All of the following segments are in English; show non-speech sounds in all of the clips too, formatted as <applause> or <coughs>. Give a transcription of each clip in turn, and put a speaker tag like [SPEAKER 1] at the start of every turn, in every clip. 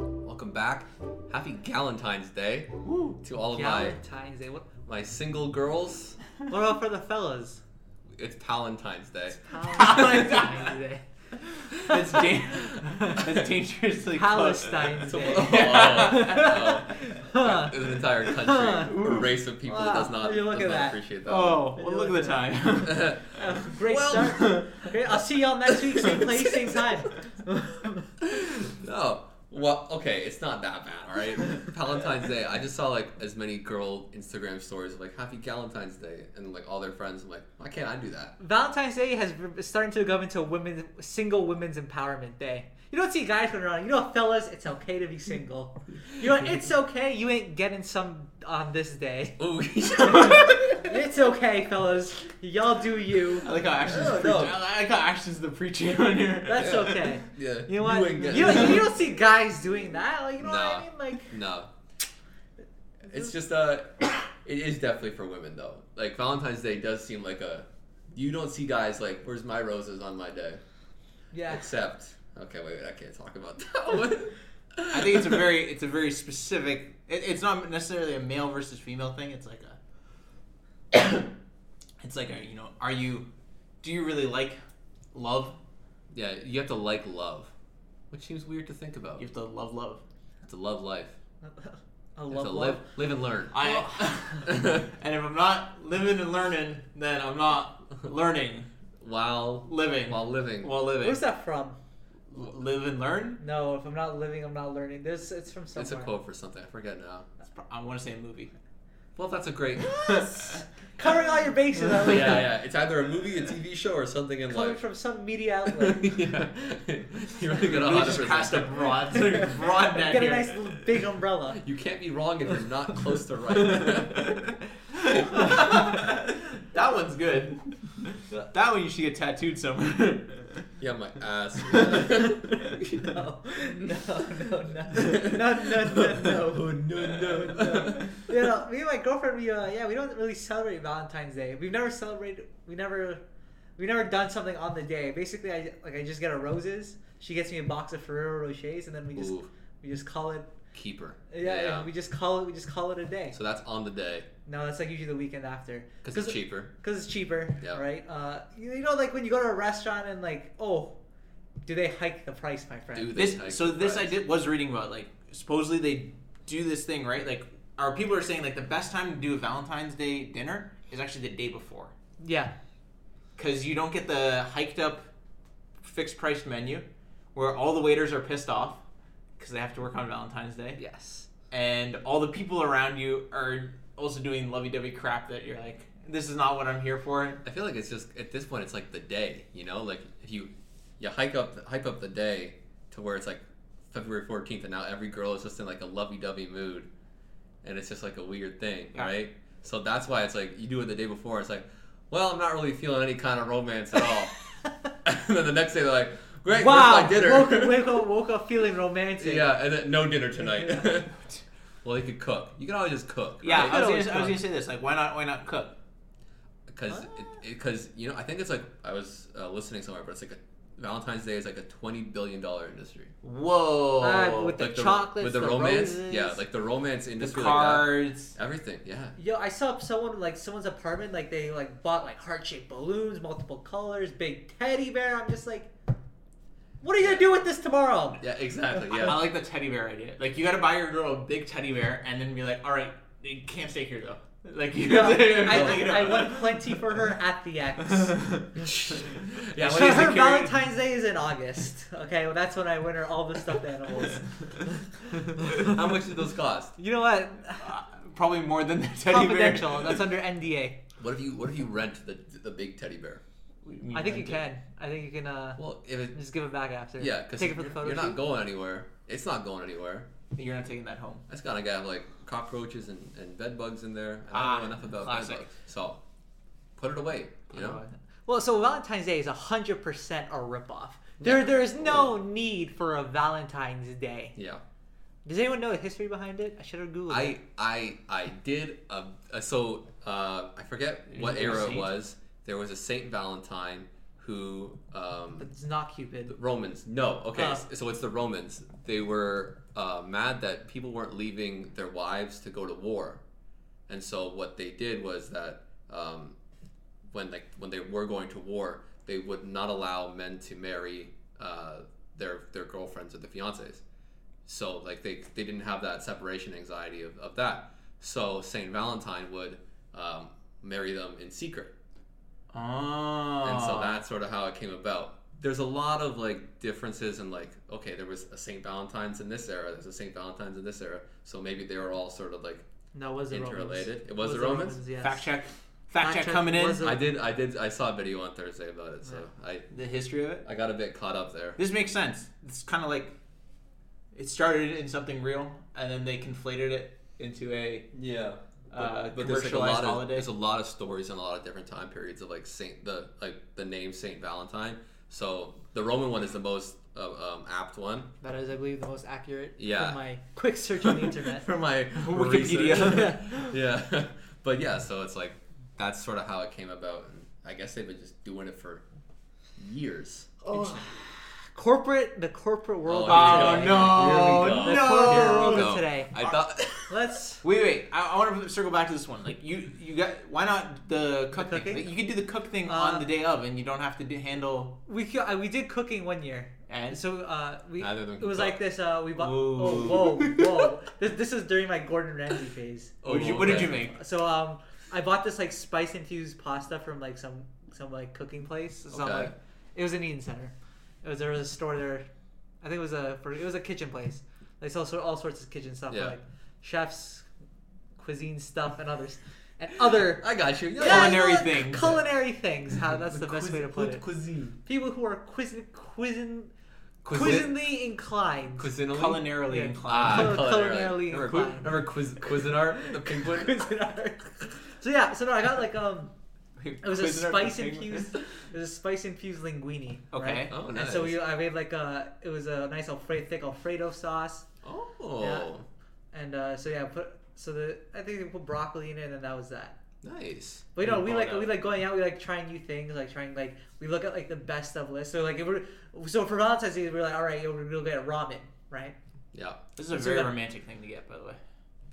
[SPEAKER 1] Welcome back. Happy Galentine's Day to all of my
[SPEAKER 2] Valentine's Day. What,
[SPEAKER 1] my single girls.
[SPEAKER 2] what about for the <laughs> fellas?
[SPEAKER 1] It's Palentine's
[SPEAKER 2] <laughs>
[SPEAKER 1] Day.
[SPEAKER 2] Palestine's Day.
[SPEAKER 3] That's, dan- <laughs> that's dangerously close.
[SPEAKER 2] Palestine's Day.
[SPEAKER 1] Oh, <laughs> oh, It's an entire country, a race of people that does
[SPEAKER 2] Wow,
[SPEAKER 1] not,
[SPEAKER 2] you look
[SPEAKER 1] does
[SPEAKER 2] at
[SPEAKER 1] not
[SPEAKER 2] that.
[SPEAKER 1] appreciate that.
[SPEAKER 3] Oh, well, look at the time.
[SPEAKER 2] Uh, <laughs> great
[SPEAKER 1] Well-
[SPEAKER 2] start. Great. I'll see y'all next week, same place, same time. Oh.
[SPEAKER 1] <laughs> no. Well, okay, it's not that bad, all right? Valentine's Day, I just saw like as many girl Instagram stories of like Happy Valentine's Day and like all their friends. I'm like, why can't I do
[SPEAKER 2] <laughs>
[SPEAKER 1] that?
[SPEAKER 2] Valentine's Day has is starting to go into women, single women's empowerment day. You don't see guys running around. You know, fellas, it's okay to be single. You know, it's okay. You ain't getting some on this day.
[SPEAKER 1] Ooh.
[SPEAKER 2] <laughs> It's okay, fellas. Y'all do you.
[SPEAKER 3] <laughs> I like how Ashton's
[SPEAKER 1] No,
[SPEAKER 3] preaching.
[SPEAKER 1] no.
[SPEAKER 3] I like how Ashton's the preacher on here.
[SPEAKER 2] Oh, That's okay.
[SPEAKER 1] <laughs> yeah.
[SPEAKER 2] You know what? You,
[SPEAKER 1] ain't getting
[SPEAKER 2] don't-
[SPEAKER 1] it.
[SPEAKER 2] you don't see guys doing that. Like, you know what
[SPEAKER 1] Nah.
[SPEAKER 2] I mean? Like,
[SPEAKER 1] No. It's just uh <coughs> it is definitely for women though. Like Valentine's Day does seem like a you don't see guys like where's my roses on my day?
[SPEAKER 2] yeah.
[SPEAKER 1] Except okay, wait, I can't talk about <laughs> that one.
[SPEAKER 3] I think it's a very it's a very specific. It, it's not necessarily a male versus female thing. It's like a. <coughs> it's like a you know are you, do you really like, love?
[SPEAKER 1] <laughs> Yeah, you have to like love. Which seems weird to think about. You
[SPEAKER 3] You have to love love.
[SPEAKER 1] have to love life.
[SPEAKER 2] <laughs> I
[SPEAKER 1] You have
[SPEAKER 2] love
[SPEAKER 1] to
[SPEAKER 2] love.
[SPEAKER 1] live live and learn.
[SPEAKER 3] I. <laughs> and if I'm not living and learning, then I'm not learning,
[SPEAKER 1] while
[SPEAKER 3] living
[SPEAKER 1] while living.
[SPEAKER 3] while living.
[SPEAKER 2] Where's that from?
[SPEAKER 3] L- live and learn.
[SPEAKER 2] No, if I'm not living, I'm not learning. This it's from somewhere.
[SPEAKER 1] it's a quote for something, I forget now.
[SPEAKER 3] That's pro- I want to say a movie.
[SPEAKER 1] Well that's a
[SPEAKER 3] <laughs>
[SPEAKER 1] great
[SPEAKER 2] Covering all your bases. I
[SPEAKER 1] Yeah,
[SPEAKER 2] like that.
[SPEAKER 1] yeah. <laughs> It's either a movie, a TV show, or something in
[SPEAKER 2] Coming
[SPEAKER 1] life.
[SPEAKER 2] from some media outlet.
[SPEAKER 1] <laughs> yeah. You really got
[SPEAKER 3] Really
[SPEAKER 1] a
[SPEAKER 3] just
[SPEAKER 1] hundred
[SPEAKER 3] cast a
[SPEAKER 1] percent.
[SPEAKER 2] <laughs>
[SPEAKER 1] <laughs>
[SPEAKER 3] broad, broad net
[SPEAKER 2] Get a
[SPEAKER 3] here.
[SPEAKER 2] nice little big umbrella.
[SPEAKER 1] You can't be wrong if you're not close to
[SPEAKER 2] <laughs>
[SPEAKER 1] right.
[SPEAKER 3] <laughs> that one's good. That one you should get tattooed somewhere.
[SPEAKER 1] <laughs> yeah, my <laughs> ass.
[SPEAKER 2] No, no, no, no, no, no, no, no.
[SPEAKER 1] no, no, no.
[SPEAKER 2] <laughs> You know, me and my girlfriend, we uh, yeah, we don't really celebrate Valentine's Day. We've never celebrated. We never, we never done something on the day. Basically, I like I just get her roses. She gets me a box of Ferrero Rochers, and then we just
[SPEAKER 1] Ooh,
[SPEAKER 2] we just call it
[SPEAKER 1] keeper.
[SPEAKER 2] yeah, yeah. we just call it we just call it a day.
[SPEAKER 1] So that's on the day
[SPEAKER 2] No, that's like usually the weekend after.
[SPEAKER 1] because it's cheaper.
[SPEAKER 2] Because it's cheaper,
[SPEAKER 1] Yeah.
[SPEAKER 2] right? Uh, you, you know, like when you go to a restaurant and like, oh, do they hike the price, my friend?
[SPEAKER 1] Do they
[SPEAKER 3] this
[SPEAKER 1] hike
[SPEAKER 3] so
[SPEAKER 1] the
[SPEAKER 3] this I
[SPEAKER 1] price?
[SPEAKER 3] did was reading about like supposedly they do this thing right like our people are saying like the best time to do a Valentine's Day dinner is actually the day before
[SPEAKER 2] Yeah,
[SPEAKER 3] because you don't get the hiked up fixed price menu where all the waiters are pissed off because they have to work on Valentine's Day
[SPEAKER 2] yes.
[SPEAKER 3] and all the people around you are also doing lovey-dovey crap that you're like this is not what i'm here for
[SPEAKER 1] I feel like it's just at this point it's like the day, you know, like if you you hike up hype up the day to where it's like February fourteenth, and now every girl is just in like a lovey-dovey mood, and it's just like a weird thing,
[SPEAKER 3] Yeah.
[SPEAKER 1] right? So that's why it's like you do it the day before. It's like, well, I'm not really feeling any kind of romance at
[SPEAKER 3] <laughs>
[SPEAKER 1] all. <laughs> and then the next day they're like, great,
[SPEAKER 2] wow,
[SPEAKER 1] where's my dinner?
[SPEAKER 2] woke, woke up, woke up feeling
[SPEAKER 1] <laughs>
[SPEAKER 2] romantic.
[SPEAKER 1] yeah, and then no dinner tonight. <laughs> well, they could cook. You can always just cook.
[SPEAKER 3] yeah
[SPEAKER 1] right?
[SPEAKER 3] I, was
[SPEAKER 2] always
[SPEAKER 3] gonna, I was
[SPEAKER 2] cook.
[SPEAKER 3] gonna say this like why not why not cook
[SPEAKER 1] because
[SPEAKER 2] Oh.
[SPEAKER 1] because you know I think it's like I was uh, listening somewhere, but it's like a, Valentine's Day is like a twenty billion dollar industry.
[SPEAKER 3] whoa
[SPEAKER 2] Uh, with The
[SPEAKER 1] like
[SPEAKER 2] chocolates, the
[SPEAKER 1] romance,
[SPEAKER 2] roses.
[SPEAKER 1] yeah, like the romance
[SPEAKER 3] the
[SPEAKER 1] industry, like
[SPEAKER 3] cards
[SPEAKER 1] that. everything, yeah.
[SPEAKER 2] Yo, I saw someone like someone's apartment, like they like bought like heart shaped balloons, multiple colors, big teddy bear. I'm just like, what are you gonna do with
[SPEAKER 1] <laughs>
[SPEAKER 2] this tomorrow?
[SPEAKER 1] Yeah, exactly.
[SPEAKER 3] I- I
[SPEAKER 2] <laughs>
[SPEAKER 1] Yeah,
[SPEAKER 3] like the teddy bear idea. Like you gotta buy your girl a big teddy bear and then be like, all right, it can't stay here though. <laughs> Like you,
[SPEAKER 2] No,
[SPEAKER 3] like, you know.
[SPEAKER 2] I, I want plenty for her
[SPEAKER 3] <laughs>
[SPEAKER 2] at
[SPEAKER 1] <laughs>
[SPEAKER 2] the X.
[SPEAKER 1] yeah.
[SPEAKER 3] So
[SPEAKER 1] What
[SPEAKER 2] So
[SPEAKER 1] is
[SPEAKER 2] her
[SPEAKER 1] it?
[SPEAKER 2] Valentine's Day is in August. Okay, well that's when I win her all the stuffed animals.
[SPEAKER 3] <laughs>
[SPEAKER 1] How much did those cost?
[SPEAKER 2] You know what?
[SPEAKER 3] Uh, probably more than the teddy bear.
[SPEAKER 2] Confidential. That's under NDA.
[SPEAKER 1] What if you What if you rent the the big teddy bear?
[SPEAKER 2] I think you can. I think you can uh,
[SPEAKER 1] Well, if it,
[SPEAKER 2] just give it back after.
[SPEAKER 1] yeah, because
[SPEAKER 2] take it for the photo
[SPEAKER 1] you're not
[SPEAKER 2] shoot.
[SPEAKER 1] going anywhere. It's not going anywhere.
[SPEAKER 3] You're not taking that home.
[SPEAKER 1] That's gotta have like cockroaches and, and bed bugs in there. I don't
[SPEAKER 3] Ah,
[SPEAKER 1] know enough about
[SPEAKER 3] classic.
[SPEAKER 1] bed bugs, so put it away. You know.
[SPEAKER 2] Well, so Valentine's Day is hundred percent a ripoff. There, there is no need for a Valentine's Day.
[SPEAKER 1] Yeah.
[SPEAKER 2] Does anyone know the history behind it? I should have googled. it.
[SPEAKER 1] I I I did a, a so uh, I forget what
[SPEAKER 3] Is there a
[SPEAKER 1] era it
[SPEAKER 3] saint?
[SPEAKER 1] was. There was a Saint Valentine who who um,
[SPEAKER 2] It's not Cupid.
[SPEAKER 1] the Romans. No, okay.
[SPEAKER 2] Uh.
[SPEAKER 1] so it's the Romans. They were uh, mad that people weren't leaving their wives to go to war, and so what they did was that um, when like when they were going to war, they would not allow men to marry uh, their their girlfriends or the fiancées. So like they they didn't have that separation anxiety of, of that. So Saint Valentine would um, marry them in secret
[SPEAKER 3] Oh.
[SPEAKER 1] and so that's sort of how it came about. There's a lot of like differences in like okay, there was a Saint Valentine's in this era, there's a Saint Valentine's in this era, so maybe they were all sort of like
[SPEAKER 2] No, it was the Romans.
[SPEAKER 1] interrelated. It was the Romans.
[SPEAKER 2] yes.
[SPEAKER 3] fact check. Fact,
[SPEAKER 2] Fact
[SPEAKER 3] check,
[SPEAKER 2] check
[SPEAKER 3] coming in.
[SPEAKER 2] was a-
[SPEAKER 1] I did, I did, I saw a video on Thursday about it, so I
[SPEAKER 3] the history of it.
[SPEAKER 1] I got a bit caught up there.
[SPEAKER 3] This makes sense. It's kind of like it started in something real, and then they conflated it into a
[SPEAKER 1] Yeah, but,
[SPEAKER 3] uh,
[SPEAKER 1] but there's like a
[SPEAKER 3] commercialized
[SPEAKER 1] lot of
[SPEAKER 3] holiday.
[SPEAKER 1] there's a lot of stories and a lot of different time periods of like Saint the like the name Saint Valentine. So the Roman one is the most uh, um, apt one.
[SPEAKER 2] That is, I believe, the most accurate.
[SPEAKER 1] Yeah.
[SPEAKER 2] From my quick search on the internet.
[SPEAKER 1] for
[SPEAKER 2] <laughs>
[SPEAKER 1] my
[SPEAKER 3] Wikipedia.
[SPEAKER 1] research. yeah, <laughs> but yeah, so it's like that's sort of how it came about. And I guess they've been just doing it for years.
[SPEAKER 2] oh, corporate, the corporate world.
[SPEAKER 1] Oh,
[SPEAKER 2] of
[SPEAKER 1] here we
[SPEAKER 2] today.
[SPEAKER 3] go.
[SPEAKER 2] Here we
[SPEAKER 3] Oh,
[SPEAKER 2] go.
[SPEAKER 3] no,
[SPEAKER 2] The corporate
[SPEAKER 3] no.
[SPEAKER 2] world
[SPEAKER 1] Here we
[SPEAKER 2] of
[SPEAKER 1] go.
[SPEAKER 2] today.
[SPEAKER 1] I thought <laughs>
[SPEAKER 2] Let's.
[SPEAKER 3] Wait, wait. I, I want to circle back to this one. Like you, you got why not the cook
[SPEAKER 2] The
[SPEAKER 3] thing?
[SPEAKER 2] cooking?
[SPEAKER 3] You can do the cook thing
[SPEAKER 2] Uh,
[SPEAKER 3] on the day of, and you don't have to do, handle.
[SPEAKER 2] We co- uh, we did cooking one year,
[SPEAKER 3] And
[SPEAKER 2] so uh, we
[SPEAKER 1] Neither of them
[SPEAKER 2] it was
[SPEAKER 1] cook.
[SPEAKER 2] like this. Uh, we bought.
[SPEAKER 3] Ooh.
[SPEAKER 2] Oh, whoa, whoa! this this is during my Gordon Ramsay phase.
[SPEAKER 1] Oh,
[SPEAKER 3] what did you what did
[SPEAKER 1] okay.
[SPEAKER 3] you make?
[SPEAKER 2] So um, I bought this like spice infused pasta from like some some like cooking place. Some,
[SPEAKER 1] Okay.
[SPEAKER 2] like, it was an eating center. It was there was a store there. I think it was a for, it was a kitchen place. They sell sort all sorts of kitchen stuff
[SPEAKER 1] Yeah.
[SPEAKER 2] like chefs, cuisine stuff, and others and other
[SPEAKER 1] I got you. Yeah,
[SPEAKER 3] Culinary
[SPEAKER 2] Yeah,
[SPEAKER 3] things.
[SPEAKER 2] Culinary things. How that's the best way to put it.
[SPEAKER 1] Cuisine.
[SPEAKER 2] People who are cuisin cuisin
[SPEAKER 1] Cuisin-
[SPEAKER 2] cuisinly inclined.
[SPEAKER 1] Cuisinally.
[SPEAKER 3] Culinarily
[SPEAKER 2] Yeah. Uh,
[SPEAKER 3] inclined.
[SPEAKER 1] Ah,
[SPEAKER 3] <laughs>
[SPEAKER 2] Cul-
[SPEAKER 1] culinarily.
[SPEAKER 2] culinarily
[SPEAKER 1] Remember,
[SPEAKER 2] inclined.
[SPEAKER 1] remember quiz, Cuisinart, the penguin.
[SPEAKER 2] Cuisinart. so yeah, so no, I got like um,
[SPEAKER 3] <laughs> Wait,
[SPEAKER 2] it was a
[SPEAKER 3] quiz in our
[SPEAKER 2] spice
[SPEAKER 3] thing.
[SPEAKER 2] infused, it was a spice infused linguine.
[SPEAKER 3] Okay.
[SPEAKER 2] right?
[SPEAKER 1] Oh,
[SPEAKER 2] And
[SPEAKER 1] nice.
[SPEAKER 2] so we, I made like a, it was a nice Alfredo, thick Alfredo sauce,
[SPEAKER 1] oh,
[SPEAKER 2] and uh, so yeah, put so the I think they put broccoli in it, and then that was that.
[SPEAKER 1] nice.
[SPEAKER 2] But you know,
[SPEAKER 1] You
[SPEAKER 2] we
[SPEAKER 1] balled
[SPEAKER 2] like
[SPEAKER 1] out.
[SPEAKER 2] we like going out. We like trying new things. Like trying like we look at like the best of lists. So like if we're so for Valentine's Day, we're like, all right, yo, we're gonna get ramen, right?
[SPEAKER 1] Yeah.
[SPEAKER 3] <laughs> This is a
[SPEAKER 2] So
[SPEAKER 3] very
[SPEAKER 2] that-
[SPEAKER 3] romantic thing to get, by the way.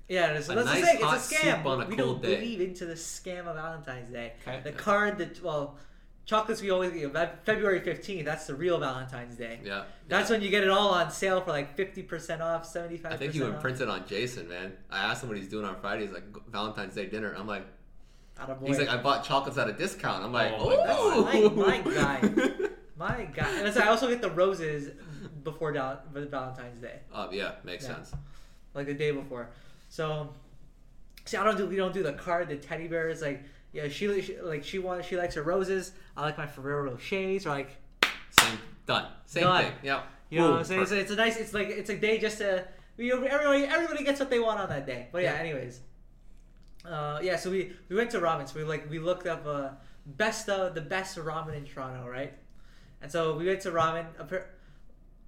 [SPEAKER 2] Yeah, and so
[SPEAKER 1] A
[SPEAKER 2] that's
[SPEAKER 1] nice
[SPEAKER 2] the thing.
[SPEAKER 1] hot
[SPEAKER 2] It's a scam.
[SPEAKER 1] soup on a
[SPEAKER 2] we
[SPEAKER 1] cold
[SPEAKER 2] don't
[SPEAKER 1] day.
[SPEAKER 2] believe into the scam of Valentine's Day.
[SPEAKER 3] Okay.
[SPEAKER 2] The card that well, chocolates we always get Feb- February fifteenth. That's the real Valentine's Day.
[SPEAKER 1] Yeah.
[SPEAKER 2] That's
[SPEAKER 1] yeah.
[SPEAKER 2] when you get it all on sale for like fifty percent off, seventy five.
[SPEAKER 1] I think you
[SPEAKER 2] percent off.
[SPEAKER 1] imprinted on Jason, man. I asked him what he's doing on Friday. He's like Valentine's Day dinner. I'm like,
[SPEAKER 2] Out of
[SPEAKER 1] He's like, I bought chocolates at a discount. I'm like,
[SPEAKER 3] Oh,
[SPEAKER 1] oh,
[SPEAKER 2] my God. My-
[SPEAKER 1] <laughs>
[SPEAKER 2] my god. And that's, I also get the roses before val- Valentine's Day.
[SPEAKER 1] Uh, yeah, makes
[SPEAKER 2] Yeah.
[SPEAKER 1] sense.
[SPEAKER 2] like the day before. So, see, I don't do we don't do the card, the teddy bears. Like, yeah, she, li- she like she wants she likes her roses. I like my Ferrero Rochers. Or like,
[SPEAKER 1] Same, done. Same
[SPEAKER 2] Done.
[SPEAKER 1] thing. Yeah.
[SPEAKER 2] you know,
[SPEAKER 3] Ooh,
[SPEAKER 2] what I'm saying? So it's a nice. It's like it's a day just to you know, everybody everybody gets what they want on that day. But yeah,
[SPEAKER 1] Yeah.
[SPEAKER 2] anyways. Uh, yeah, so we we went to ramen. So we like we looked up uh, best of the best ramen in Toronto, right? And so we went to ramen. Appar-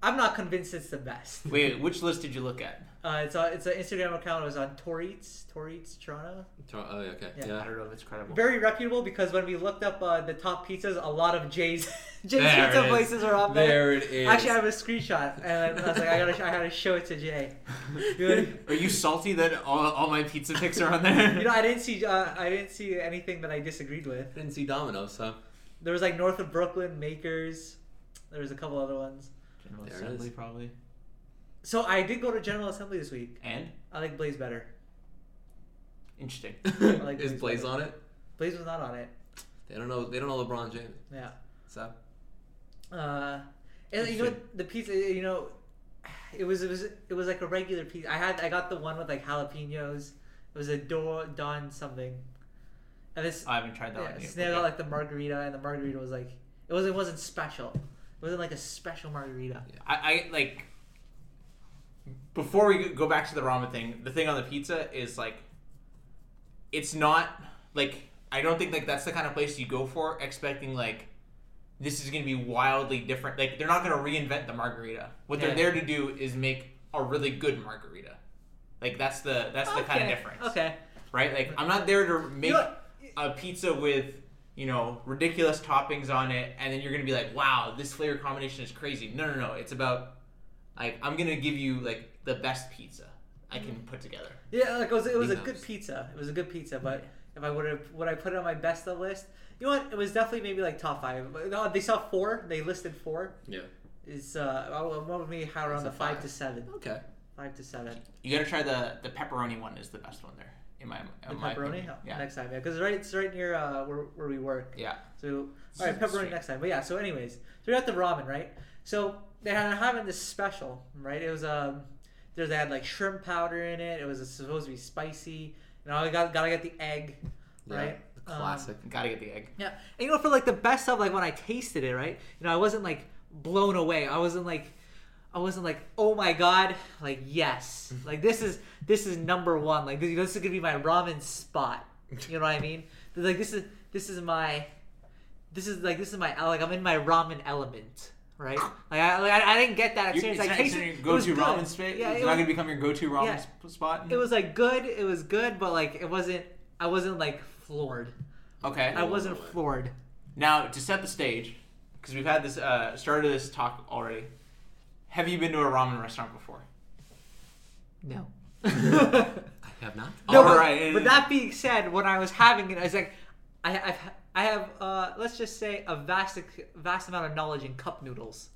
[SPEAKER 2] I'm not convinced it's the best.
[SPEAKER 3] Wait, which list did you look at?
[SPEAKER 2] Uh, it's on, it's an Instagram account. It was on Toreats, Toreats Toronto.
[SPEAKER 1] Tor- Oh, okay.
[SPEAKER 2] Yeah.
[SPEAKER 1] Yeah.
[SPEAKER 3] I don't know if it's credible.
[SPEAKER 2] Very reputable because when we looked up uh, the top pizzas, a lot of Jay's <laughs> Jay's
[SPEAKER 1] There it
[SPEAKER 2] pizza
[SPEAKER 1] is.
[SPEAKER 2] places are up there.
[SPEAKER 1] There it is.
[SPEAKER 2] Actually, I have a screenshot, and I was like, I gotta, I gotta show it to Jay. You
[SPEAKER 3] Are you salty that all, all my pizza picks are on
[SPEAKER 2] <laughs>
[SPEAKER 3] there?
[SPEAKER 2] know, I didn't see, uh, I didn't see anything that I disagreed with.
[SPEAKER 1] didn't see Domino's, so
[SPEAKER 2] There was like North of Brooklyn Makers. There was a couple other ones.
[SPEAKER 3] General
[SPEAKER 1] There it
[SPEAKER 3] Assembly,
[SPEAKER 1] is.
[SPEAKER 3] probably.
[SPEAKER 2] So I did go to General Assembly this week.
[SPEAKER 3] And
[SPEAKER 2] I like Blaze better.
[SPEAKER 3] interesting.
[SPEAKER 1] <laughs>
[SPEAKER 2] like
[SPEAKER 1] is
[SPEAKER 2] Blaze
[SPEAKER 1] Blaze
[SPEAKER 2] better.
[SPEAKER 1] on it?
[SPEAKER 2] Blaze was not on it.
[SPEAKER 1] They don't know. They don't know LeBron James.
[SPEAKER 2] Yeah.
[SPEAKER 1] So
[SPEAKER 2] Uh, and you know what? The pizza, you know, it was it was it was like a regular pizza. I had I got the one with like jalapenos. It was a do- Don something. And this
[SPEAKER 3] I haven't tried that
[SPEAKER 2] yeah,
[SPEAKER 3] one yet.
[SPEAKER 2] Snail got
[SPEAKER 3] Okay.
[SPEAKER 2] like the margarita, and the margarita was like it wasn't it wasn't special. It wasn't like a special margarita.
[SPEAKER 3] I, I like before we go back to the ramen thing. The thing on the pizza is like it's not like I don't think like that's the kind of place you go for expecting like this is going to be wildly different. Like they're not going to reinvent the margarita. What
[SPEAKER 2] Yeah.
[SPEAKER 3] they're there to do is make a really good margarita. Like that's the that's the kind of
[SPEAKER 2] Okay,
[SPEAKER 3] difference,
[SPEAKER 2] Okay.
[SPEAKER 3] right? Like I'm not there to make
[SPEAKER 2] You know what?
[SPEAKER 3] a pizza with you know, ridiculous toppings on it, and then you're gonna be like, wow, this flavor combination is crazy. No, no, no. It's about like I'm gonna give you like the best pizza I can put together.
[SPEAKER 2] Yeah, like it was, it was a
[SPEAKER 3] Beanhouse.
[SPEAKER 2] good pizza. It was a good pizza, but if I would have, would I put it on my best of list? You know what? It was definitely maybe like top five. But, No, they saw four. They listed four.
[SPEAKER 1] Yeah.
[SPEAKER 2] Is uh, I would- what would be higher on
[SPEAKER 1] It's
[SPEAKER 2] the
[SPEAKER 1] a
[SPEAKER 2] five,
[SPEAKER 1] five.
[SPEAKER 2] to seven?
[SPEAKER 1] Okay.
[SPEAKER 2] Five to seven.
[SPEAKER 3] You gotta try the the pepperoni one is the best one there in my
[SPEAKER 2] The
[SPEAKER 3] in my
[SPEAKER 2] pepperoni
[SPEAKER 3] opinion.
[SPEAKER 2] Oh,
[SPEAKER 3] Yeah.
[SPEAKER 2] next time, yeah, because right, it's right near uh, where where we work.
[SPEAKER 3] Yeah.
[SPEAKER 2] So all right, pepperoni
[SPEAKER 3] Sweet.
[SPEAKER 2] next time. But yeah, so anyways, so we got the ramen, right? So they had having this special, right? It was um, there's they had like shrimp powder in it. It was supposed to be spicy. And I got gotta get the egg,
[SPEAKER 1] Yeah.
[SPEAKER 2] right?
[SPEAKER 1] The
[SPEAKER 2] Um,
[SPEAKER 1] classic.
[SPEAKER 3] Gotta get the egg.
[SPEAKER 2] Yeah, and you know, for like the best of like when I tasted it, right? You know, I wasn't like blown away. I wasn't like, I wasn't like, oh my god, like
[SPEAKER 3] <laughs>
[SPEAKER 2] yes, like this is this is number one. Like this, this is gonna be my ramen spot. You know what I mean? Like this is this is my, this is like this is my like I'm in my ramen element,
[SPEAKER 3] <laughs>
[SPEAKER 2] right? Like I like, I, I didn't get that
[SPEAKER 3] You,
[SPEAKER 2] experience.
[SPEAKER 3] it's
[SPEAKER 2] I
[SPEAKER 3] not, it's
[SPEAKER 2] tasted
[SPEAKER 3] not your
[SPEAKER 2] it was
[SPEAKER 3] go-to
[SPEAKER 2] good.
[SPEAKER 3] ramen spot.
[SPEAKER 2] Yeah,
[SPEAKER 3] it's not
[SPEAKER 2] it was-
[SPEAKER 3] gonna become your go-to ramen
[SPEAKER 2] Yeah.
[SPEAKER 3] sp- spot.
[SPEAKER 2] it was like good. It was good, but like it wasn't. I wasn't like floored.
[SPEAKER 3] okay.
[SPEAKER 2] I wasn't floored.
[SPEAKER 3] Now, to set the stage, because we've had this uh, started this talk already. Have you been to a ramen restaurant before?
[SPEAKER 2] No.
[SPEAKER 1] I have not.
[SPEAKER 2] <laughs>
[SPEAKER 1] Oh,
[SPEAKER 2] No,
[SPEAKER 3] All
[SPEAKER 2] but,
[SPEAKER 3] right.
[SPEAKER 2] but that being said, when I was having it, I was like, I, I've, I have, uh, let's just say, a vast, vast amount of knowledge in cup noodles.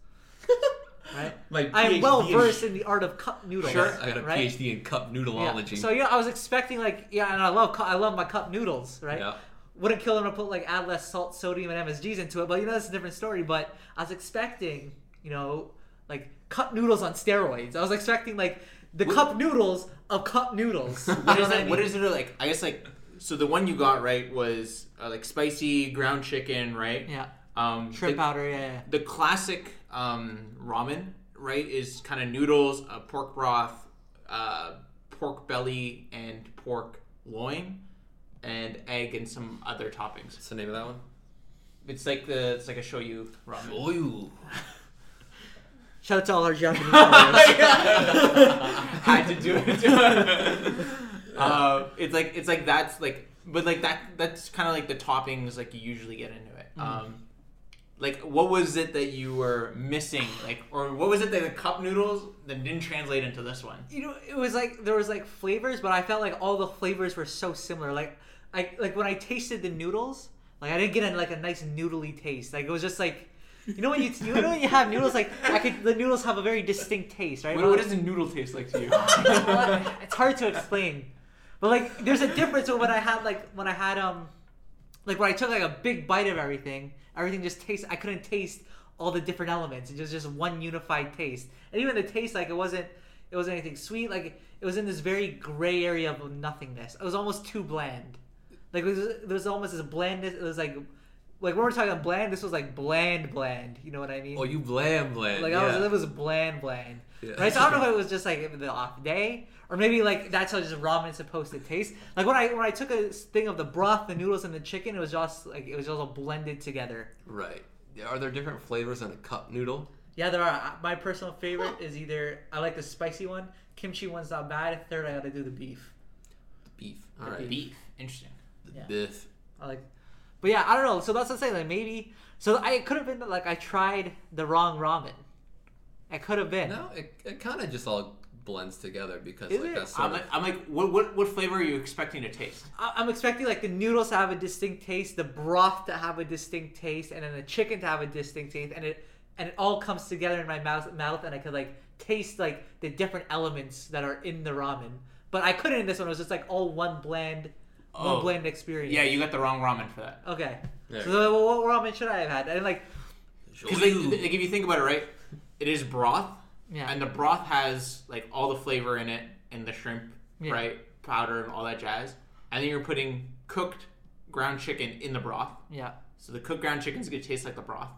[SPEAKER 2] Right?
[SPEAKER 1] My
[SPEAKER 2] I am
[SPEAKER 1] PhD
[SPEAKER 2] well
[SPEAKER 1] in-
[SPEAKER 2] versed in the art of cup noodles.
[SPEAKER 1] Sure. I got a
[SPEAKER 2] right?
[SPEAKER 1] PhD in cup
[SPEAKER 2] Yeah.
[SPEAKER 1] noodleology.
[SPEAKER 2] So yeah, I was expecting like yeah, and I love cu- I love my cup noodles, right?
[SPEAKER 1] Yeah.
[SPEAKER 2] Wouldn't kill them to put like add less salt, sodium, and MSGs into it, but you know that's a different story. But I was expecting, you know, like cup noodles on steroids. I was expecting like the cup noodles of
[SPEAKER 3] <laughs>
[SPEAKER 2] cup noodles. You know
[SPEAKER 3] What is
[SPEAKER 2] what I
[SPEAKER 3] it? What
[SPEAKER 2] mean?
[SPEAKER 3] is it like? I guess like so. The one you got right was uh, like spicy ground chicken, right?
[SPEAKER 2] Yeah,
[SPEAKER 3] Um,
[SPEAKER 2] shrimp
[SPEAKER 3] the,
[SPEAKER 2] powder. Yeah,
[SPEAKER 3] <laughs>
[SPEAKER 2] yeah.
[SPEAKER 3] the classic um, ramen, right, is kind of noodles, uh, pork broth, uh, pork belly, and pork loin, and egg and some other toppings.
[SPEAKER 1] What's the name of that one? Oh,
[SPEAKER 3] It's like the it's like a shoyu ramen.
[SPEAKER 1] Ooh.
[SPEAKER 2] Shout out to all our Japanese. <laughs> followers.
[SPEAKER 3] <laughs> had to do it. uh, it's like it's like that's like but like that that's kind of like the toppings like you usually get into it. Um, like what was it that you were missing like or what was it that the cup noodles that didn't translate into this one?
[SPEAKER 2] you know, it was like there was like flavors, but I felt like all the flavors were so similar. Like, I like when I tasted the noodles, like I didn't get a, like a nice noodly taste. Like it was just like, you know when you you know when you have noodles, like I could the noodles have a very distinct taste, right?
[SPEAKER 3] What, what does a noodle taste like <laughs> to you?
[SPEAKER 2] <laughs> it's hard to explain, but like there's a difference when I had like when I had um, like when I took like a big bite of everything, everything just tastes. I couldn't taste all the different elements. It was just one unified taste, and even the taste like it wasn't it wasn't anything sweet. Like it was in this very gray area of nothingness. It was almost too bland. Like it was, there was almost this blandness. It was like like when we're talking about bland, this was like bland, bland. You know what I mean?
[SPEAKER 1] Oh, you blam blam.
[SPEAKER 2] Like
[SPEAKER 1] yeah.
[SPEAKER 2] I was, it was bland, bland.
[SPEAKER 1] Yeah.
[SPEAKER 2] Right? So
[SPEAKER 1] <laughs>
[SPEAKER 2] I don't know if it was just like the off day, or maybe like that's how just ramen's supposed to taste. Like when I when I took a thing of the broth, the noodles, and the chicken, it was just like it was just all blended together.
[SPEAKER 1] Right. Yeah, Are there different flavors on a cup noodle?
[SPEAKER 2] Yeah, there are. uh, My personal favorite is either I like the spicy one, kimchi one's not bad. Third, I gotta do the beef.
[SPEAKER 1] Beef. All right.
[SPEAKER 3] Beef. Interesting.
[SPEAKER 2] Yeah.
[SPEAKER 1] Beef.
[SPEAKER 2] I like, but yeah, I don't know. So that's what I'm saying. Like maybe so I it could have been that, like I tried the wrong ramen. It could have been.
[SPEAKER 1] No, it, it kind of just all blends together because
[SPEAKER 2] Is
[SPEAKER 1] like
[SPEAKER 2] it?
[SPEAKER 1] that's sort of
[SPEAKER 3] I'm like, I'm like what, what what flavor are you expecting to taste?
[SPEAKER 2] I- I'm expecting like the noodles to have a distinct taste, the broth to have a distinct taste, and then the chicken to have a distinct taste, and it and it all comes together in my mouth, mouth and I could like taste like the different elements that are in the ramen. But I couldn't in this one. It was just like all one blend,
[SPEAKER 3] Oh.
[SPEAKER 2] one blend experience.
[SPEAKER 3] Yeah, you got the wrong ramen for that.
[SPEAKER 2] Okay.
[SPEAKER 1] Yeah.
[SPEAKER 2] So then what what ramen should I have had? And like,
[SPEAKER 3] Because like, like if you think about it, right, it is broth.
[SPEAKER 2] yeah,
[SPEAKER 3] And the broth has like all the flavor in it and the shrimp,
[SPEAKER 2] Yeah.
[SPEAKER 3] right? Powder and all that jazz. And then you're putting cooked ground chicken in the broth.
[SPEAKER 2] yeah,
[SPEAKER 3] So the cooked ground chicken's gonna taste like the broth.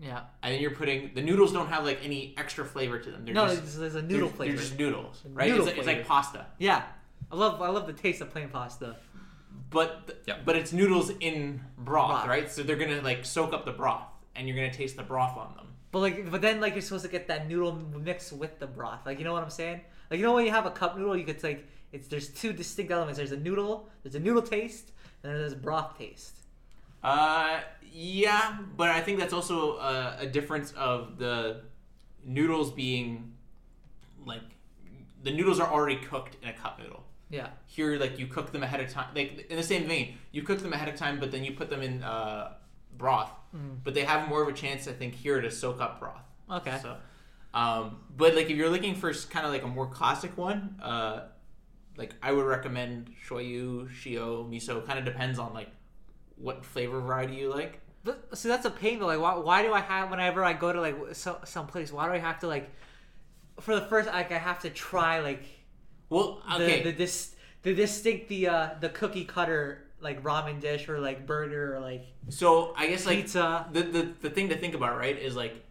[SPEAKER 2] yeah.
[SPEAKER 3] And then you're putting the noodles don't have like any extra flavor to them. They're
[SPEAKER 2] No,
[SPEAKER 3] just
[SPEAKER 2] there's, there's a
[SPEAKER 3] they're-
[SPEAKER 2] noodle flavor.
[SPEAKER 3] They're just noodles, right?
[SPEAKER 2] Noodle
[SPEAKER 3] it's, like, it's like
[SPEAKER 2] flavor.
[SPEAKER 3] pasta,
[SPEAKER 2] Yeah, I love I love the taste of plain pasta.
[SPEAKER 3] but th-
[SPEAKER 1] Yeah.
[SPEAKER 3] but it's noodles in broth,
[SPEAKER 2] Broth.
[SPEAKER 3] right? So they're gonna like soak up the broth, and you're gonna taste the broth on them.
[SPEAKER 2] But like, but then like you're supposed to get that noodle mixed with the broth. Like you know what I'm saying? Like you know when you have a cup noodle, you could like it's there's two distinct elements. There's a noodle, there's a noodle taste, and then there's broth taste.
[SPEAKER 3] Uh, yeah, but I think that's also uh, a, a difference of the noodles being like the noodles are already cooked in a cup noodle.
[SPEAKER 2] Yeah.
[SPEAKER 3] Here, like you cook them ahead of time, like in the same vein, you cook them ahead of time, but then you put them in uh, broth. But they have more of a chance, I think, here to soak up broth.
[SPEAKER 2] Okay.
[SPEAKER 3] So, um, but like if you're looking for kind of like a more classic one, uh, like I would recommend shoyu, shio, miso. Kind of depends on like what flavor variety you like.
[SPEAKER 2] But, so that's a pain though. Like, why, why do I have whenever I go to like so, some place? Why do I have to like for the first like I have to try like
[SPEAKER 3] Well,
[SPEAKER 2] the
[SPEAKER 3] okay,
[SPEAKER 2] the dis the distinct the uh the cookie cutter like ramen dish or like burger or like
[SPEAKER 3] so I guess like
[SPEAKER 2] pizza.
[SPEAKER 3] the, the the thing to think about right is like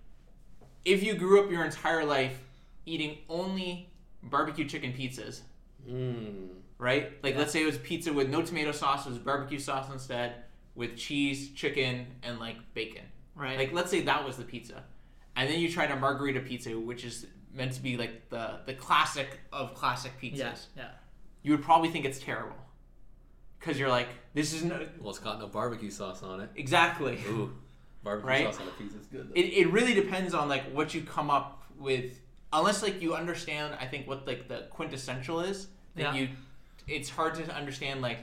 [SPEAKER 3] if you grew up your entire life eating only barbecue chicken pizzas,
[SPEAKER 1] Mm.
[SPEAKER 3] right? Like let's say it was pizza with no tomato sauce, it was barbecue sauce instead, with cheese, chicken, and like bacon.
[SPEAKER 2] Right.
[SPEAKER 3] Like let's say that was the pizza, and then you tried a margarita pizza, which is meant to be like the the classic of classic pizzas.
[SPEAKER 2] yeah, yeah.
[SPEAKER 3] You would probably think it's terrible, because you're like, this is no
[SPEAKER 1] Well, it's got no barbecue sauce on it.
[SPEAKER 3] exactly.
[SPEAKER 1] Ooh, barbecue
[SPEAKER 3] Right?
[SPEAKER 1] sauce on a pizza is good. Though.
[SPEAKER 3] It it really depends on like what you come up with, unless like you understand. I think what like the quintessential is. Then
[SPEAKER 2] Yeah.
[SPEAKER 3] you, it's hard to understand like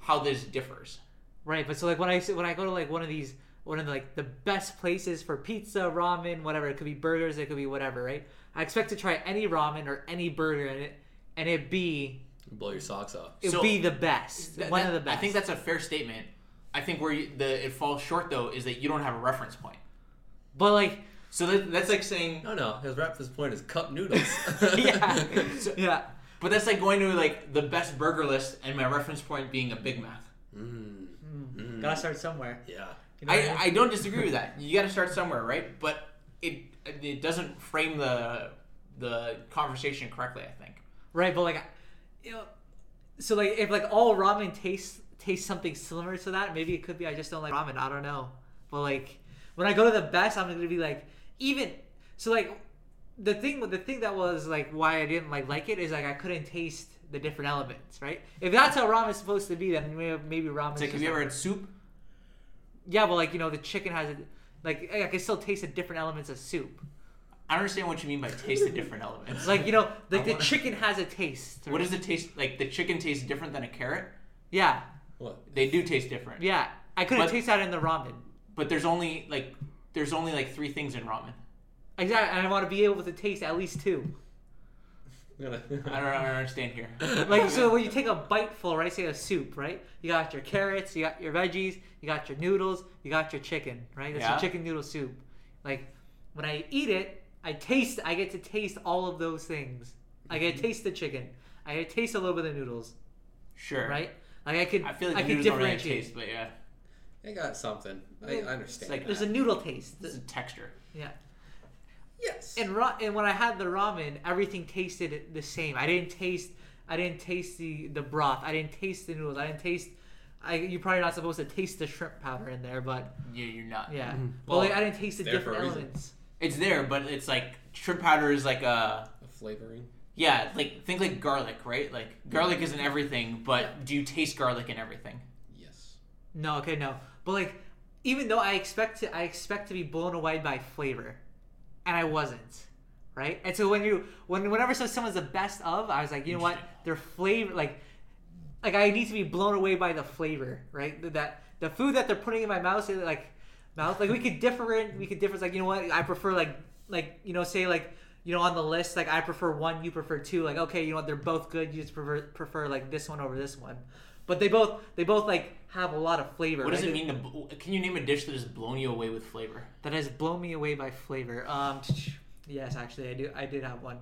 [SPEAKER 3] how this differs.
[SPEAKER 2] Right, but so like when I when I go to like one of these one of the, like the best places for pizza, ramen, whatever it could be burgers, it could be whatever, right? I expect to try any ramen or any burger in it, and it be
[SPEAKER 1] Blow your socks off.
[SPEAKER 2] it
[SPEAKER 3] So-
[SPEAKER 2] be the best,
[SPEAKER 3] Th-
[SPEAKER 2] one
[SPEAKER 3] that-
[SPEAKER 2] of the best.
[SPEAKER 3] I think that's a fair statement. I think where you, the it falls short though is that you don't have a reference point.
[SPEAKER 2] but like <laughs>
[SPEAKER 3] So that, that's like saying,
[SPEAKER 1] No, no. His rap at this point is cup
[SPEAKER 3] <laughs>
[SPEAKER 1] noodles.
[SPEAKER 2] yeah,
[SPEAKER 3] So-
[SPEAKER 2] yeah,
[SPEAKER 3] but that's like going to like the best burger list and my reference point being a Big Mac.
[SPEAKER 1] <laughs> Mm,
[SPEAKER 2] gotta start somewhere.
[SPEAKER 1] yeah.
[SPEAKER 2] You know what I
[SPEAKER 3] I,
[SPEAKER 2] mean?
[SPEAKER 3] I don't disagree with that. You got to start somewhere, right? But it it doesn't frame the the conversation correctly. I think.
[SPEAKER 2] right, but like, I- you know, so like if like all ramen tastes tastes something similar to that, maybe it could be I just don't like ramen. I don't know, but like when I go to the best, I'm gonna be like even so like the thing the thing that was like why I didn't like like it is like I couldn't taste the different elements, right? If that's how ramen's supposed to be, then may- maybe ramen.
[SPEAKER 3] It's like, have you ever had soup?
[SPEAKER 2] Yeah, but like you know, the chicken has a, like I I can still taste the different elements of soup.
[SPEAKER 3] I don't understand what you mean by taste the different
[SPEAKER 2] <laughs>
[SPEAKER 3] elements.
[SPEAKER 2] Like you know, like the
[SPEAKER 3] wanna-
[SPEAKER 2] chicken has a taste. to
[SPEAKER 3] what
[SPEAKER 2] it.
[SPEAKER 3] does it taste like? The chicken tastes different than a carrot.
[SPEAKER 2] Yeah,
[SPEAKER 1] What?
[SPEAKER 3] They do taste different.
[SPEAKER 2] yeah. I couldn't
[SPEAKER 3] But-
[SPEAKER 2] taste that in the ramen.
[SPEAKER 3] But there's only like there's only like three things in ramen.
[SPEAKER 2] Exactly, and I want to be able to taste at least two.
[SPEAKER 1] I'm gonna-
[SPEAKER 3] I don't, I don't understand here.
[SPEAKER 2] <laughs> Like so, when you take a bite full, right? Say a soup, right? You got your carrots, you got your veggies, you got your noodles, you got your chicken, right? That's
[SPEAKER 3] Yeah.
[SPEAKER 2] your chicken noodle soup. Like when I eat it, I taste. I get to taste all of those things. I
[SPEAKER 3] Mm-hmm.
[SPEAKER 2] get to taste the chicken. I get to taste a little bit of the noodles,
[SPEAKER 3] Sure.
[SPEAKER 2] right? Like I could,
[SPEAKER 3] I feel like
[SPEAKER 2] I
[SPEAKER 3] the
[SPEAKER 2] could
[SPEAKER 3] noodles don't really
[SPEAKER 2] differentiate.
[SPEAKER 3] taste, but yeah,
[SPEAKER 1] <laughs> I got something. I, I understand.
[SPEAKER 3] like-
[SPEAKER 2] There's a noodle taste.
[SPEAKER 3] this is texture.
[SPEAKER 2] Yeah.
[SPEAKER 1] yes.
[SPEAKER 2] And ra- and when I had the ramen, everything tasted the same. I didn't taste I didn't taste the the broth. I didn't taste the noodles. I didn't taste. I you're probably not supposed to taste the shrimp powder in there, but
[SPEAKER 3] Yeah, you're not.
[SPEAKER 2] yeah. Well,
[SPEAKER 1] Well,
[SPEAKER 2] like, I didn't taste the
[SPEAKER 1] there for
[SPEAKER 2] different
[SPEAKER 1] a reason.
[SPEAKER 2] elements.
[SPEAKER 3] It's there, but it's like shrimp powder is like a
[SPEAKER 1] flavoring.
[SPEAKER 3] yeah, like think like garlic, right? Like garlic isn't everything, but do you taste garlic in everything?
[SPEAKER 1] Yes.
[SPEAKER 2] No, okay, no. But like, even though I expect to, I expect to be blown away by flavor, and I wasn't, right? And so when you, when whenever so someone's the best of, I was like, you know what,
[SPEAKER 3] Interesting.
[SPEAKER 2] their flavor, like, like I need to be blown away by the flavor, right? Th- That the food that they're putting in my mouth, is like, mouth, like we could different, we could difference, like you know what, I prefer like, like you know, say like. You know, on the list, like I prefer one, you prefer two. Like, okay, you know what? They're both good. You just prefer prefer like this one over this one, but they both they both like have a lot of flavor.
[SPEAKER 3] What does
[SPEAKER 2] right?
[SPEAKER 3] it mean to? bl- Can you name a dish that has blown you away with flavor?
[SPEAKER 2] that has blown me away by flavor. Um, <sniffs> yes, actually, I do. I did have one.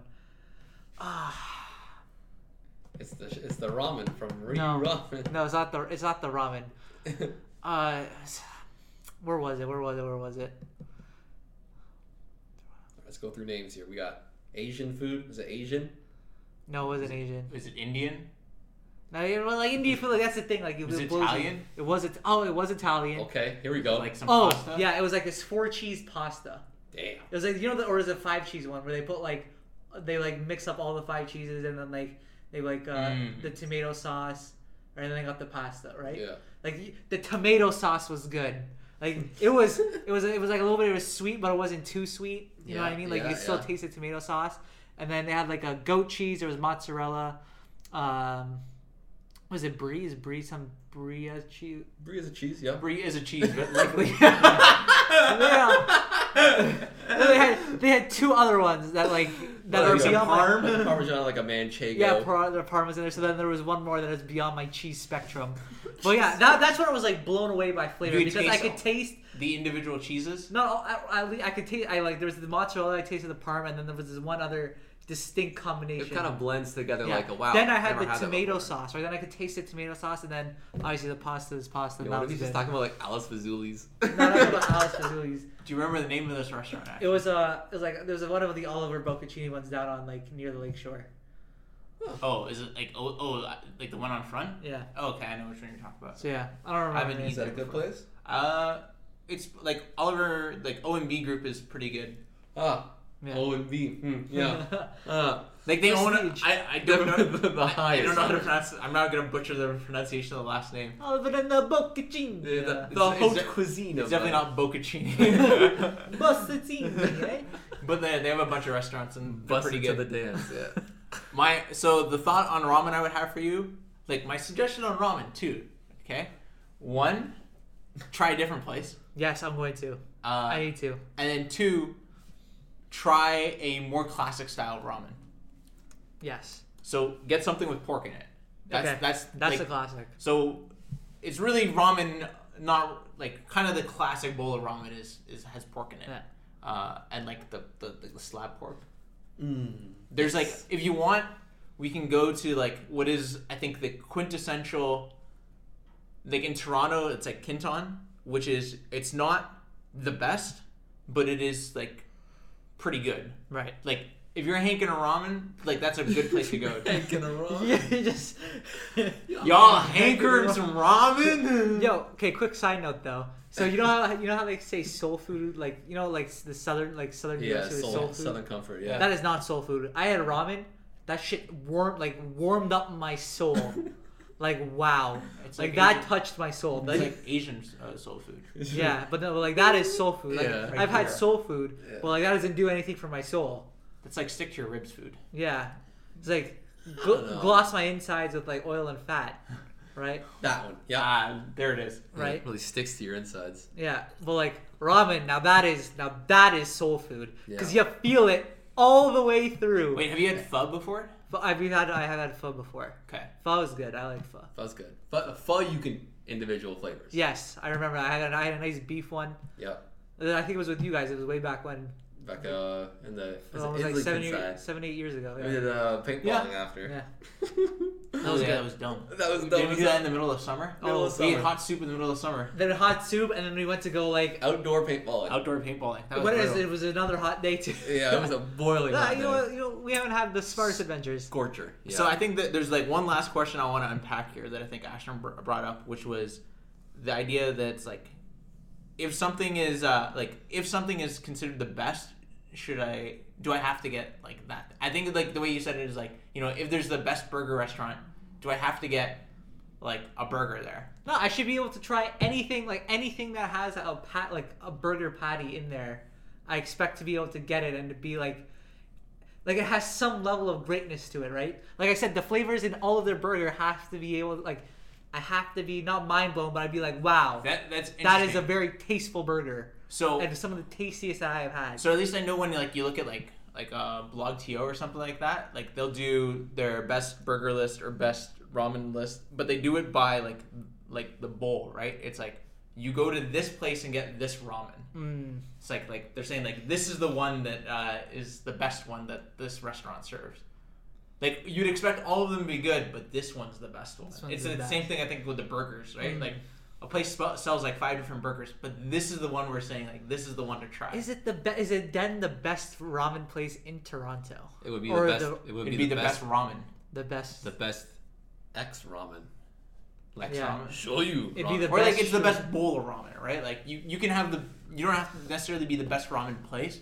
[SPEAKER 2] Ah,
[SPEAKER 1] It's the it's the ramen from Ryu
[SPEAKER 2] No.
[SPEAKER 1] Ramen. <laughs>
[SPEAKER 2] no, it's not the it's not
[SPEAKER 3] <laughs>
[SPEAKER 2] the ramen. Uh, it's- where was it? Where was it? Where was it?
[SPEAKER 1] Let's go through names here. We got Asian food. Is it Asian?
[SPEAKER 2] No, it wasn't Asian.
[SPEAKER 3] Is it Indian?
[SPEAKER 2] No, it was like Indian food. Like that's the thing. Like it
[SPEAKER 3] Was it
[SPEAKER 2] blows you-
[SPEAKER 3] Italian?
[SPEAKER 2] It was it. Oh, it was Italian.
[SPEAKER 1] Okay, here we go.
[SPEAKER 3] Like some
[SPEAKER 2] Oh,
[SPEAKER 3] pasta?
[SPEAKER 2] yeah, it was like this four cheese pasta.
[SPEAKER 1] Damn.
[SPEAKER 2] It was like you know the or is it five cheese one where they put like they like mix up all the five cheeses and then like they like uh,
[SPEAKER 3] Mm.
[SPEAKER 2] the tomato sauce, and then I got the pasta, right?
[SPEAKER 1] Yeah.
[SPEAKER 2] Like y- the tomato sauce was good. Like it was, it was, it was like a little bit of a sweet, but it wasn't too sweet. You know what I
[SPEAKER 1] Yeah,
[SPEAKER 2] mean? Like you
[SPEAKER 1] yeah,
[SPEAKER 2] could still
[SPEAKER 1] yeah.
[SPEAKER 2] taste the tomato sauce. And then they had like a goat cheese. There was mozzarella. Um, was it brie? Is brie some brie cheese?
[SPEAKER 1] Brie is a cheese, yeah.
[SPEAKER 3] Brie
[SPEAKER 2] <laughs>
[SPEAKER 3] is a cheese, but likely.
[SPEAKER 2] yeah. they had they had two other ones that like that
[SPEAKER 1] Well,
[SPEAKER 2] are
[SPEAKER 1] you got
[SPEAKER 2] beyond my-
[SPEAKER 3] parm.
[SPEAKER 1] Parmesan like a manchego.
[SPEAKER 2] Yeah, par- the parm was in there. So then there was one more that is beyond my cheese spectrum. But yeah, that, that's when I was like blown away by flavor
[SPEAKER 3] You could
[SPEAKER 2] because I
[SPEAKER 3] taste
[SPEAKER 2] could
[SPEAKER 3] all-
[SPEAKER 2] taste.
[SPEAKER 3] the individual cheeses.
[SPEAKER 2] No, I, I, I could taste. I like there was the mozzarella. I tasted the parm, and then there was this one other distinct combination.
[SPEAKER 1] It kind of blends together
[SPEAKER 2] Yeah.
[SPEAKER 1] like a wow.
[SPEAKER 2] Then I
[SPEAKER 1] I've
[SPEAKER 2] had
[SPEAKER 1] never
[SPEAKER 2] the
[SPEAKER 1] that
[SPEAKER 2] tomato
[SPEAKER 1] before.
[SPEAKER 2] sauce, right? Then I could taste the tomato sauce, and then obviously the pasta is pasta.
[SPEAKER 1] Yeah,
[SPEAKER 2] and
[SPEAKER 1] what
[SPEAKER 2] that
[SPEAKER 1] if he's
[SPEAKER 2] was
[SPEAKER 1] just
[SPEAKER 2] good.
[SPEAKER 1] talking about like Alice Fazouli's?
[SPEAKER 2] <laughs> No, no, no, no, Alice Fazoli's.
[SPEAKER 3] Do you remember the name of this restaurant?
[SPEAKER 2] It
[SPEAKER 3] Actually?
[SPEAKER 2] was uh, it was like there was one of the Oliver Boccaccini ones down on like near the lake shore.
[SPEAKER 3] Oh, is it like oh, oh like the one on front?
[SPEAKER 2] Yeah.
[SPEAKER 3] Oh, okay, I know which one you're talking about.
[SPEAKER 2] So yeah, I don't remember.
[SPEAKER 3] I haven't
[SPEAKER 2] the name. <laughs>
[SPEAKER 1] Is that a good place?
[SPEAKER 3] Uh, it's like Oliver, like O and B Group is pretty good.
[SPEAKER 1] Ah,
[SPEAKER 2] Yeah.
[SPEAKER 1] O and B. Hmm,
[SPEAKER 2] <laughs>
[SPEAKER 1] yeah. Ah,
[SPEAKER 3] Like they own.
[SPEAKER 2] Prestige.
[SPEAKER 3] I I don't know.
[SPEAKER 1] <laughs> The- the
[SPEAKER 3] I don't know how to
[SPEAKER 1] highest.
[SPEAKER 3] pronounce. it. I'm not gonna butcher the pronunciation of the last name.
[SPEAKER 2] Oliver and the Boccaccini.
[SPEAKER 1] the, the,
[SPEAKER 3] It's-
[SPEAKER 1] the
[SPEAKER 3] it's
[SPEAKER 1] haute
[SPEAKER 3] de-
[SPEAKER 1] cuisine
[SPEAKER 3] It's
[SPEAKER 1] of
[SPEAKER 3] definitely
[SPEAKER 1] uh, <laughs>
[SPEAKER 3] not Boccaccini.
[SPEAKER 2] <laughs> Boccaccini, eh?
[SPEAKER 3] but they, they have a bunch of restaurants and they're
[SPEAKER 1] Bust
[SPEAKER 3] pretty
[SPEAKER 1] into
[SPEAKER 3] good.
[SPEAKER 1] the dance. Yeah.
[SPEAKER 2] <laughs>
[SPEAKER 3] My so the thought on ramen I would have for you, like my suggestion on ramen too. Okay, one, try a different place.
[SPEAKER 2] Yes, I'm going to.
[SPEAKER 3] Uh,
[SPEAKER 2] I need to.
[SPEAKER 3] and then two, try a more classic style ramen.
[SPEAKER 2] Yes,
[SPEAKER 3] So get something with pork in it. That's
[SPEAKER 2] Okay.
[SPEAKER 3] that's
[SPEAKER 2] that's
[SPEAKER 3] like,
[SPEAKER 2] a classic.
[SPEAKER 3] so it's really ramen, not like kind of the classic bowl of ramen is, is has pork in it,
[SPEAKER 2] Yeah.
[SPEAKER 3] uh, and like the, the the slab pork.
[SPEAKER 1] Mm.
[SPEAKER 3] There's like if you want, we can go to like what is I think the quintessential. Like in Toronto, it's like Kinton, which is it's not the best, but it is like pretty good.
[SPEAKER 2] Right.
[SPEAKER 3] Like if you're hanking a ramen, like that's a good place to go.
[SPEAKER 2] <laughs>
[SPEAKER 1] Hanking a ramen.
[SPEAKER 2] Yeah, just.
[SPEAKER 3] Y'all hankering some ramen?
[SPEAKER 2] <laughs> Yo, okay. Quick side note though. So you know how you know how they say soul food, like you know, like the southern, like southern
[SPEAKER 1] Yeah,
[SPEAKER 2] US food is
[SPEAKER 1] soul,
[SPEAKER 2] soul food.
[SPEAKER 1] Southern Comfort. Yeah.
[SPEAKER 2] That is not soul food. I had ramen. That shit warm, like warmed up my soul.
[SPEAKER 1] <laughs>
[SPEAKER 2] like wow,
[SPEAKER 3] It's like
[SPEAKER 2] like, that
[SPEAKER 3] Asian-
[SPEAKER 2] touched my soul.
[SPEAKER 3] That's
[SPEAKER 2] Like-
[SPEAKER 3] like Asian uh, soul food.
[SPEAKER 2] <laughs> yeah, but no, like that is soul food. Like,
[SPEAKER 1] Yeah.
[SPEAKER 2] I've had
[SPEAKER 3] Yeah.
[SPEAKER 2] soul food,
[SPEAKER 1] Yeah.
[SPEAKER 2] but like that doesn't do anything for my soul.
[SPEAKER 3] That's like stick to your ribs food.
[SPEAKER 2] Yeah, it's like
[SPEAKER 1] don't
[SPEAKER 2] gl-
[SPEAKER 1] know.
[SPEAKER 2] gloss my insides with like oil and fat, right?
[SPEAKER 1] <laughs> that one. Yeah.
[SPEAKER 3] Ah, there it is.
[SPEAKER 2] Right.
[SPEAKER 1] It really sticks to your insides.
[SPEAKER 2] Yeah, but like ramen, now that is now that is soul food because
[SPEAKER 1] Yeah.
[SPEAKER 2] you feel it all the way through.
[SPEAKER 3] Wait, have you had pho before?
[SPEAKER 2] But I've had I have had pho before.
[SPEAKER 3] Okay.
[SPEAKER 2] Pho is good. I like pho.
[SPEAKER 1] Pho's good. But pho, you can individual flavors.
[SPEAKER 2] Yes, I remember. I had a, I had a nice beef one.
[SPEAKER 1] Yeah.
[SPEAKER 2] And then I think it was with you guys. It was way back when.
[SPEAKER 1] Back uh, in the
[SPEAKER 2] It was like seven, year, seven, eight years ago.
[SPEAKER 1] We did
[SPEAKER 2] Yeah.
[SPEAKER 1] uh, paintballing
[SPEAKER 3] Yeah.
[SPEAKER 1] after.
[SPEAKER 2] yeah.
[SPEAKER 3] That
[SPEAKER 2] was
[SPEAKER 3] was, Oh, yeah,
[SPEAKER 2] good.
[SPEAKER 3] that was dumb.
[SPEAKER 1] That was
[SPEAKER 3] Did
[SPEAKER 1] dumb.
[SPEAKER 3] we
[SPEAKER 1] as
[SPEAKER 3] do that in
[SPEAKER 1] hell.
[SPEAKER 3] the middle of summer?
[SPEAKER 2] Oh,
[SPEAKER 1] Middle of
[SPEAKER 3] We ate
[SPEAKER 1] summer.
[SPEAKER 3] hot soup in the middle of summer.
[SPEAKER 2] Then hot soup, and then we went to go like.
[SPEAKER 1] Outdoor paintballing.
[SPEAKER 3] Outdoor paintballing. That was
[SPEAKER 2] What is
[SPEAKER 3] brutal.
[SPEAKER 2] it? Was another hot day too.
[SPEAKER 1] Oh, <laughs> yeah, it was a boiling
[SPEAKER 2] Nah,
[SPEAKER 1] hot
[SPEAKER 2] <laughs> you, know,
[SPEAKER 1] day.
[SPEAKER 2] what, you know, we haven't had the sparse adventures.
[SPEAKER 1] Scorcher. Yeah.
[SPEAKER 3] So I think that there's like one last question I want to unpack here that I think Ashton br- brought up, which was the idea that it's like if something is uh, like if something is considered the best, should I do I have to get like that? I think like the way you said it is like you know if there's the best burger restaurant, do I have to get like a burger there?
[SPEAKER 2] No, I should be able to try anything, like anything that has a pat, like a burger patty in there. I expect to be able to get it and to be like, like it has some level of greatness to it, right? Like I said, the flavors in all of their burger have to be able, like, I have to be not mind blown, but I'd be like, wow,
[SPEAKER 3] That that's
[SPEAKER 2] that is a
[SPEAKER 3] interesting.
[SPEAKER 2] very tasteful burger
[SPEAKER 3] so
[SPEAKER 2] and some of the tastiest that I have had.
[SPEAKER 3] So at least I know when like you look at like like uh, blog to or something like that, like they'll do their best burger list or best ramen list, but they do it by like like the bowl, right? It's like you go to this place and get this ramen.
[SPEAKER 2] Mm.
[SPEAKER 3] It's like like they're saying like this is the one that uh, is the best one that this restaurant serves. Like you'd expect all of them to be good, but this one's the best one.
[SPEAKER 2] This one's
[SPEAKER 3] It's
[SPEAKER 2] the
[SPEAKER 3] the,
[SPEAKER 2] best.
[SPEAKER 3] same thing I think with the burgers, right?
[SPEAKER 2] Mm.
[SPEAKER 3] Like a place sp- sells like five different burgers, but this is the one we're saying like this is the one to try.
[SPEAKER 2] Is it the be- is it then the best ramen place in Toronto?
[SPEAKER 1] it would be
[SPEAKER 2] or
[SPEAKER 1] the best.
[SPEAKER 2] the-
[SPEAKER 1] it would
[SPEAKER 3] It'd be, the, best, ramen.
[SPEAKER 2] The best.
[SPEAKER 1] The best X ramen. Like
[SPEAKER 3] Like
[SPEAKER 2] Yeah.
[SPEAKER 3] ramen.
[SPEAKER 1] show you.
[SPEAKER 2] It'd be
[SPEAKER 1] ramen.
[SPEAKER 2] the
[SPEAKER 3] Or like
[SPEAKER 2] best
[SPEAKER 3] it's the
[SPEAKER 2] shoe.
[SPEAKER 3] best bowl of ramen, right? Like you, you can have the you don't have to necessarily be the best ramen place,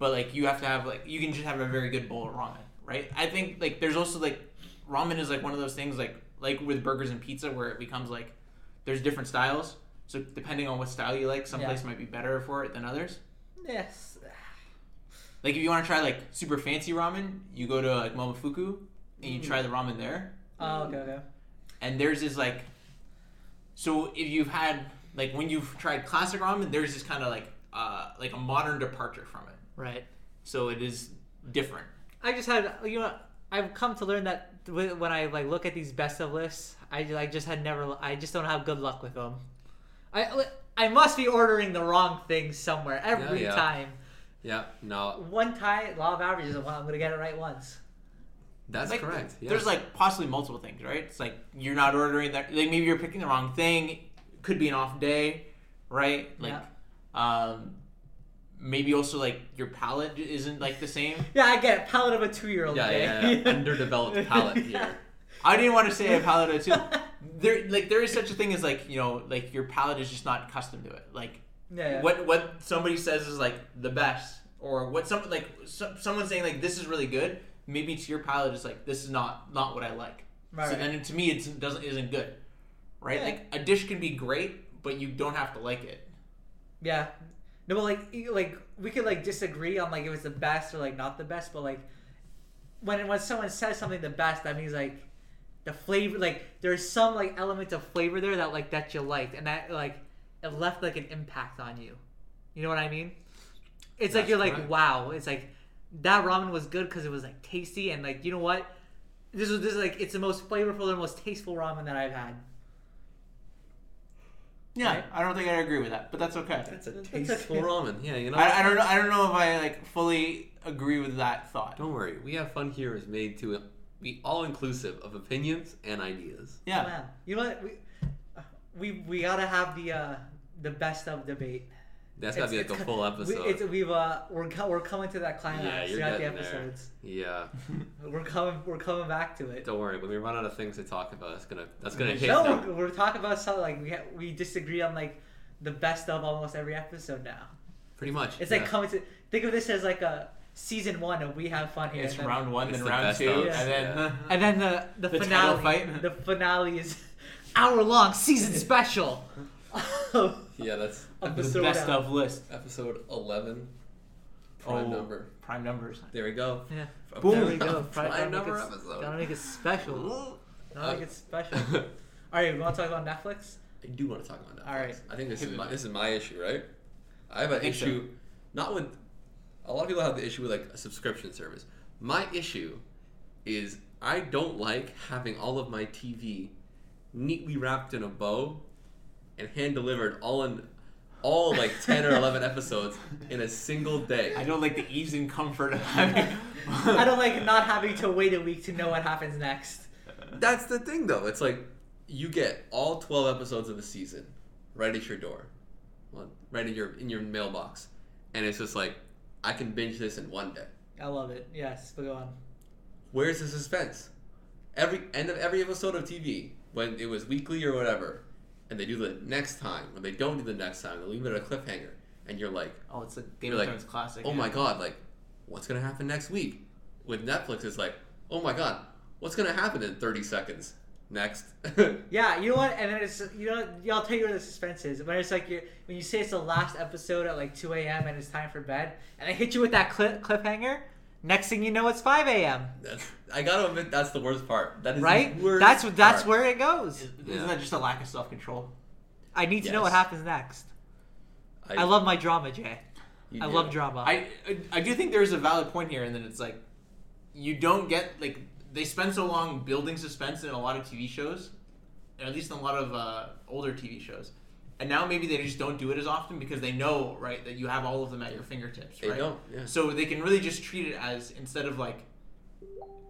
[SPEAKER 3] but like you have to have like you can just have a very good bowl of ramen, right? I think like there's also like ramen is like one of those things like like with burgers and pizza, where it becomes like there's different styles. So depending on what style you like, some
[SPEAKER 2] Yeah.
[SPEAKER 3] place might be better for it than others.
[SPEAKER 2] Yes.
[SPEAKER 3] Like if you want to try like super fancy ramen, you go to like Momofuku and you
[SPEAKER 2] Mm.
[SPEAKER 3] try the ramen there.
[SPEAKER 2] Oh, okay, okay.
[SPEAKER 3] And theirs is like, so if you've had like when you've tried classic ramen, theirs is kind of like uh like a modern departure from it.
[SPEAKER 2] Right.
[SPEAKER 3] So it is different.
[SPEAKER 2] I just had you know I've come to learn that wi- when I like look at these best of lists, I ju- I just had never I just don't have good luck with them. I I must be ordering the wrong thing somewhere every
[SPEAKER 1] Oh, yeah.
[SPEAKER 2] time.
[SPEAKER 1] Yeah, no,
[SPEAKER 2] One time, law of averages. Well, I'm gonna get it right once.
[SPEAKER 1] that's
[SPEAKER 3] like,
[SPEAKER 1] correct. Yeah.
[SPEAKER 3] There's like possibly multiple things, right? It's like you're not ordering that. Like maybe you're picking the wrong thing. Could be an off day, right? Like, um, maybe also like your palate isn't like the same.
[SPEAKER 2] Yeah, I get it. palate of a two year old.
[SPEAKER 1] yeah, yeah, yeah. underdeveloped
[SPEAKER 2] <laughs>
[SPEAKER 1] palate here.
[SPEAKER 3] I didn't want to say a palate too. There, like there is such a thing as like you know like your palate is just not accustomed to it. Like
[SPEAKER 2] Yeah, yeah.
[SPEAKER 3] what what somebody says is like the best, or what some like so, someone saying like this is really good. Maybe to your palate is like this is not not what I like.
[SPEAKER 2] Right,
[SPEAKER 3] so
[SPEAKER 2] right.
[SPEAKER 3] then to me it doesn't isn't good, right?
[SPEAKER 2] Yeah.
[SPEAKER 3] Like a dish can be great, but you don't have to like it.
[SPEAKER 2] Yeah. No, but like, you- like we could like disagree on like if it's the best or like not the best, but like when when someone says something the best, that means like the flavor, like there's some like element of flavor there that like that you liked, and that like it left like an impact on you. You know what I mean? It's like
[SPEAKER 3] That's
[SPEAKER 2] you're like
[SPEAKER 3] correct.
[SPEAKER 2] wow. It's like that ramen was good because it was like tasty and like you know what. This was this is like it's the most flavorful and most tasteful ramen that I've had.
[SPEAKER 3] Yeah,
[SPEAKER 2] Right.
[SPEAKER 3] I don't think I agree with that, but that's okay.
[SPEAKER 1] That's a
[SPEAKER 2] That's
[SPEAKER 1] tasteful
[SPEAKER 2] okay.
[SPEAKER 1] ramen. Yeah, you know.
[SPEAKER 3] I, I don't know. I don't know if I like fully agree with that thought.
[SPEAKER 1] Don't worry, we have fun here is made to be all inclusive of opinions and ideas.
[SPEAKER 3] Yeah.
[SPEAKER 2] Wow. You know what? We uh, we, we gotta have the uh, the best of debate.
[SPEAKER 1] That's gotta be
[SPEAKER 2] It's-
[SPEAKER 1] like a
[SPEAKER 2] it's-
[SPEAKER 1] full
[SPEAKER 2] We,
[SPEAKER 1] episode.
[SPEAKER 2] it's, we've uh, we're co- we're coming to that
[SPEAKER 1] yeah,
[SPEAKER 2] climax
[SPEAKER 1] you're
[SPEAKER 2] throughout the
[SPEAKER 1] getting there.
[SPEAKER 2] episodes.
[SPEAKER 1] Yeah,
[SPEAKER 2] We're coming we're coming back to it.
[SPEAKER 1] don't worry. When we run out of things to talk about, it's gonna that's
[SPEAKER 2] <laughs>
[SPEAKER 1] gonna hit.
[SPEAKER 2] No,
[SPEAKER 1] now.
[SPEAKER 2] we're, we're talking about something like we ha- we disagree on like the best of almost every episode now.
[SPEAKER 1] Pretty much.
[SPEAKER 2] It's
[SPEAKER 1] yeah.
[SPEAKER 2] like coming to think of this as like a season one of we have fun here.
[SPEAKER 3] It's
[SPEAKER 2] and then,
[SPEAKER 3] round one,
[SPEAKER 1] It's
[SPEAKER 3] then
[SPEAKER 1] the
[SPEAKER 3] round
[SPEAKER 1] best
[SPEAKER 3] two,
[SPEAKER 1] of,
[SPEAKER 3] and then <laughs>
[SPEAKER 2] and then the the,
[SPEAKER 3] The title
[SPEAKER 2] finale
[SPEAKER 3] fight.
[SPEAKER 2] the finale is <laughs> hour long season special.
[SPEAKER 3] <laughs>
[SPEAKER 2] of
[SPEAKER 1] yeah, that's
[SPEAKER 3] the
[SPEAKER 2] episode
[SPEAKER 3] best
[SPEAKER 2] out.
[SPEAKER 3] of list.
[SPEAKER 1] episode eleven. Prime
[SPEAKER 3] Oh.
[SPEAKER 1] number.
[SPEAKER 3] Prime numbers.
[SPEAKER 1] There we go.
[SPEAKER 2] Yeah.
[SPEAKER 3] Boom.
[SPEAKER 2] There we go.
[SPEAKER 1] Prime,
[SPEAKER 2] Probably
[SPEAKER 1] number
[SPEAKER 2] gotta make it, Gotta
[SPEAKER 1] episode.
[SPEAKER 2] make it special. Gotta make
[SPEAKER 1] Uh, <laughs>
[SPEAKER 2] it special. All right, we want to talk about Netflix.
[SPEAKER 1] I do want to talk about that.
[SPEAKER 2] All right.
[SPEAKER 1] I think this
[SPEAKER 3] Hit
[SPEAKER 1] is
[SPEAKER 3] me.
[SPEAKER 1] my, this is my issue, right? I have an
[SPEAKER 3] think so.
[SPEAKER 1] issue, not with. A lot of people have the issue with like a subscription service. My issue is I don't like having all of my TV neatly wrapped in a bow and hand delivered all in all like ten or eleven episodes in a single day.
[SPEAKER 3] I don't like the ease and comfort of having.
[SPEAKER 1] <laughs>
[SPEAKER 3] <laughs>
[SPEAKER 2] I don't like not having to wait a week to know what happens next.
[SPEAKER 1] That's the thing, though. It's like you get all twelve episodes of a season right at your door, Well, right in your in your mailbox, and it's just like I can binge this in one day.
[SPEAKER 2] I love it. Yes, but go on.
[SPEAKER 1] Where's the suspense? Every end of every episode of TV, when it was weekly or whatever, and they do the next time, when they don't do the next time, they leave it at a cliffhanger, and you're like,
[SPEAKER 3] Oh, it's a
[SPEAKER 1] You're
[SPEAKER 3] Game of
[SPEAKER 1] like,
[SPEAKER 3] Thrones classic.
[SPEAKER 1] oh
[SPEAKER 3] yeah.
[SPEAKER 1] my god, like, what's gonna happen next week? With Netflix, it's like, oh my god, what's gonna happen in 30 seconds? Next. <laughs>
[SPEAKER 2] Yeah, you know what? And then it's you know yeah, I'll tell you where the suspense is. When it's like you when you say it's the last episode at like two a.m. and it's time for bed, and I hit you with that clip cliffhanger. Next thing you know, it's five a.m.
[SPEAKER 1] That's, I gotta admit, that's the worst part. That is
[SPEAKER 2] Right?
[SPEAKER 1] The worst
[SPEAKER 2] That's that's
[SPEAKER 1] part.
[SPEAKER 2] where it goes.
[SPEAKER 3] Isn't
[SPEAKER 1] Yeah.
[SPEAKER 3] that just a lack of self control?
[SPEAKER 2] I need to know what
[SPEAKER 1] Yes.
[SPEAKER 2] happens next. I love my drama, Jay.
[SPEAKER 1] you
[SPEAKER 2] I
[SPEAKER 1] do.
[SPEAKER 2] love drama.
[SPEAKER 3] I I do think there is a valid point here, and then it's like you don't get like they spend so long building suspense in a lot of TV shows, and at least in a lot of uh, older TV shows, and now maybe they just don't do it as often because they know right that you have all of them at your fingertips.
[SPEAKER 1] They
[SPEAKER 3] right?
[SPEAKER 1] don't. Yeah.
[SPEAKER 3] So they can really just treat it as instead of like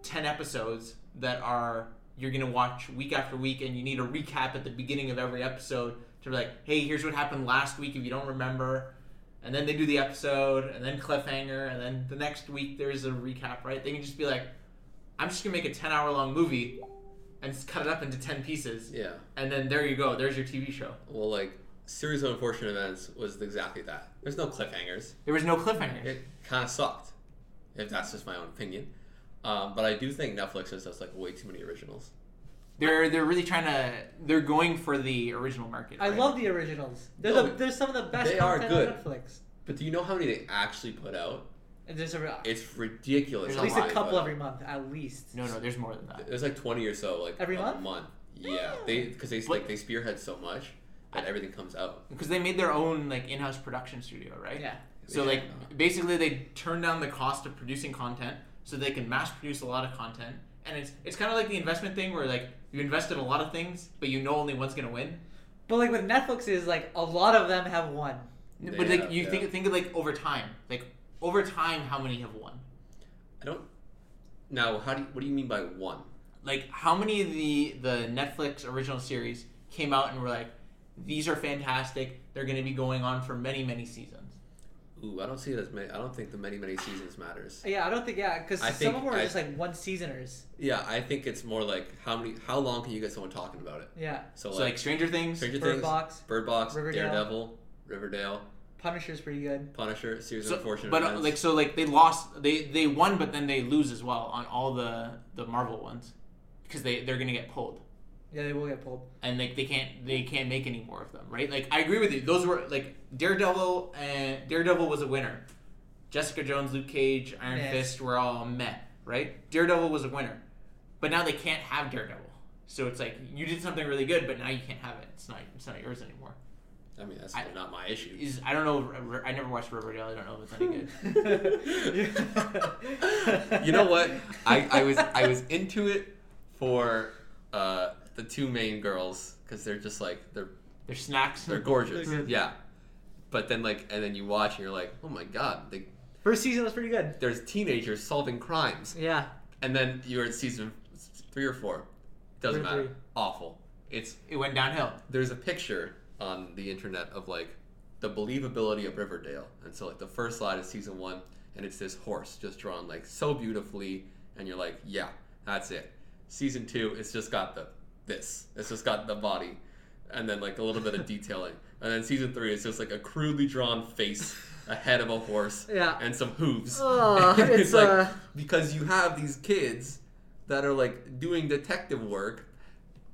[SPEAKER 3] ten episodes that are you're gonna watch week after week, and you need a recap at the beginning of every episode to be like, hey, here's what happened last week if you don't remember, and then they do the episode, and then cliffhanger, and then the next week there's a recap, right? They can just be like, I'm just gonna make a ten hour long movie and just cut it up into ten pieces,
[SPEAKER 1] Yeah.
[SPEAKER 3] and then there you go, there's your TV show.
[SPEAKER 1] Well, like series of unfortunate events was exactly that. There's no cliffhangers.
[SPEAKER 3] There was no cliffhanger.
[SPEAKER 1] It kind of sucked. If that's just my own opinion, um, but I do think Netflix has just like way too many originals.
[SPEAKER 3] They're they're really trying to they're going for the original market.
[SPEAKER 2] I
[SPEAKER 3] right?
[SPEAKER 2] love the originals. They're,
[SPEAKER 1] No,
[SPEAKER 2] the, they're some of the best
[SPEAKER 1] they are
[SPEAKER 2] content on Netflix.
[SPEAKER 1] But do you know how many they actually put out?
[SPEAKER 2] And there's a, at
[SPEAKER 1] It's ridiculous.
[SPEAKER 3] There's
[SPEAKER 1] how
[SPEAKER 2] least
[SPEAKER 1] many
[SPEAKER 2] a
[SPEAKER 1] they
[SPEAKER 2] couple
[SPEAKER 1] put
[SPEAKER 2] every month, at least.
[SPEAKER 3] No, no, there's more than
[SPEAKER 1] out.
[SPEAKER 3] that.
[SPEAKER 1] There's like twenty or so, like
[SPEAKER 2] Every
[SPEAKER 1] a
[SPEAKER 2] month?
[SPEAKER 1] Yeah,
[SPEAKER 2] Yeah.
[SPEAKER 1] they because they
[SPEAKER 3] But-
[SPEAKER 1] like they spearhead so much that everything comes out.
[SPEAKER 3] Because they made their own like in-house production studio, right?
[SPEAKER 2] Yeah.
[SPEAKER 3] So
[SPEAKER 1] Yeah.
[SPEAKER 3] like basically they turn down the cost of producing content so they can mass produce a lot of content. And it's it's kind of like the investment thing where like you invest in a lot of things, but you know only one's gonna win.
[SPEAKER 2] But like with Netflix is like a lot of them have won.
[SPEAKER 1] Yeah,
[SPEAKER 3] But like you
[SPEAKER 1] yeah.
[SPEAKER 3] think think of like over time, like over time, how many have won?
[SPEAKER 1] I don't. Now, how do you, what do you mean by one?
[SPEAKER 3] Like how many of the the Netflix original series came out and were like, these are fantastic. They're going to be going on for many many seasons.
[SPEAKER 1] Ooh, I don't see it as many. I don't think the many many seasons matters.
[SPEAKER 2] Yeah, I don't think yeah, because
[SPEAKER 1] I
[SPEAKER 2] some
[SPEAKER 1] think
[SPEAKER 2] of them are
[SPEAKER 1] I-
[SPEAKER 2] just like one seasoners.
[SPEAKER 1] Yeah, I think it's more like how many, how long can you get someone talking about it?
[SPEAKER 2] Yeah,
[SPEAKER 1] So,
[SPEAKER 3] so
[SPEAKER 1] like,
[SPEAKER 3] like Stranger Things,
[SPEAKER 1] Stranger
[SPEAKER 2] Bird
[SPEAKER 1] Things,
[SPEAKER 2] Box,
[SPEAKER 1] Bird Box,
[SPEAKER 2] Riverdale.
[SPEAKER 1] Daredevil, Riverdale,
[SPEAKER 2] Punisher's pretty good.
[SPEAKER 1] Punisher, series
[SPEAKER 3] So-
[SPEAKER 1] of unfortunate
[SPEAKER 3] but uh,
[SPEAKER 1] events.
[SPEAKER 3] like so like they lost they they won but then they lose as well on all the the marvel ones because they they're gonna get pulled
[SPEAKER 2] Yeah, they will get pulled.
[SPEAKER 3] and like they can't they can't make any more of them right like i agree with you those were like daredevil and daredevil was a winner jessica jones luke cage iron
[SPEAKER 2] Meh.
[SPEAKER 3] fist were all meh right daredevil was a winner but now they can't have daredevil so it's like you did something really good but now you can't have it it's not it's not yours anymore
[SPEAKER 1] I mean, that's
[SPEAKER 3] I-
[SPEAKER 1] not my issue.
[SPEAKER 3] is i don't know i never watched riverdale i don't know if it's any
[SPEAKER 2] <laughs>
[SPEAKER 1] <laughs>
[SPEAKER 3] good
[SPEAKER 1] you know what? I, I was I was into it for uh, the two main girls because they're just like they're
[SPEAKER 3] They're snacks.
[SPEAKER 1] they're gorgeous.
[SPEAKER 2] They're good.
[SPEAKER 1] yeah. But then like and then you watch and you're like, oh my god, they,
[SPEAKER 2] First season was pretty good.
[SPEAKER 1] there's teenagers solving crimes.
[SPEAKER 2] Yeah,
[SPEAKER 1] And then you're in season three or four. Doesn't
[SPEAKER 2] Three,
[SPEAKER 1] matter.
[SPEAKER 2] three.
[SPEAKER 1] Awful. It's
[SPEAKER 3] It went downhill.
[SPEAKER 1] there's a picture on the internet of like the believability of Riverdale. And so like the first slide is season one and it's this horse just drawn like so beautifully and you're like, yeah, that's it. Season two, it's just got the this. It's just got the body. And then like a little
[SPEAKER 2] <laughs>
[SPEAKER 1] bit of detailing. And then season three is just like a crudely drawn
[SPEAKER 2] <laughs>
[SPEAKER 1] face, a head of a horse,
[SPEAKER 2] Yeah.
[SPEAKER 1] and some hooves.
[SPEAKER 2] <laughs> Oh,
[SPEAKER 1] <laughs> And
[SPEAKER 2] it's,
[SPEAKER 1] like
[SPEAKER 2] uh,
[SPEAKER 1] because you have these kids that are like doing detective work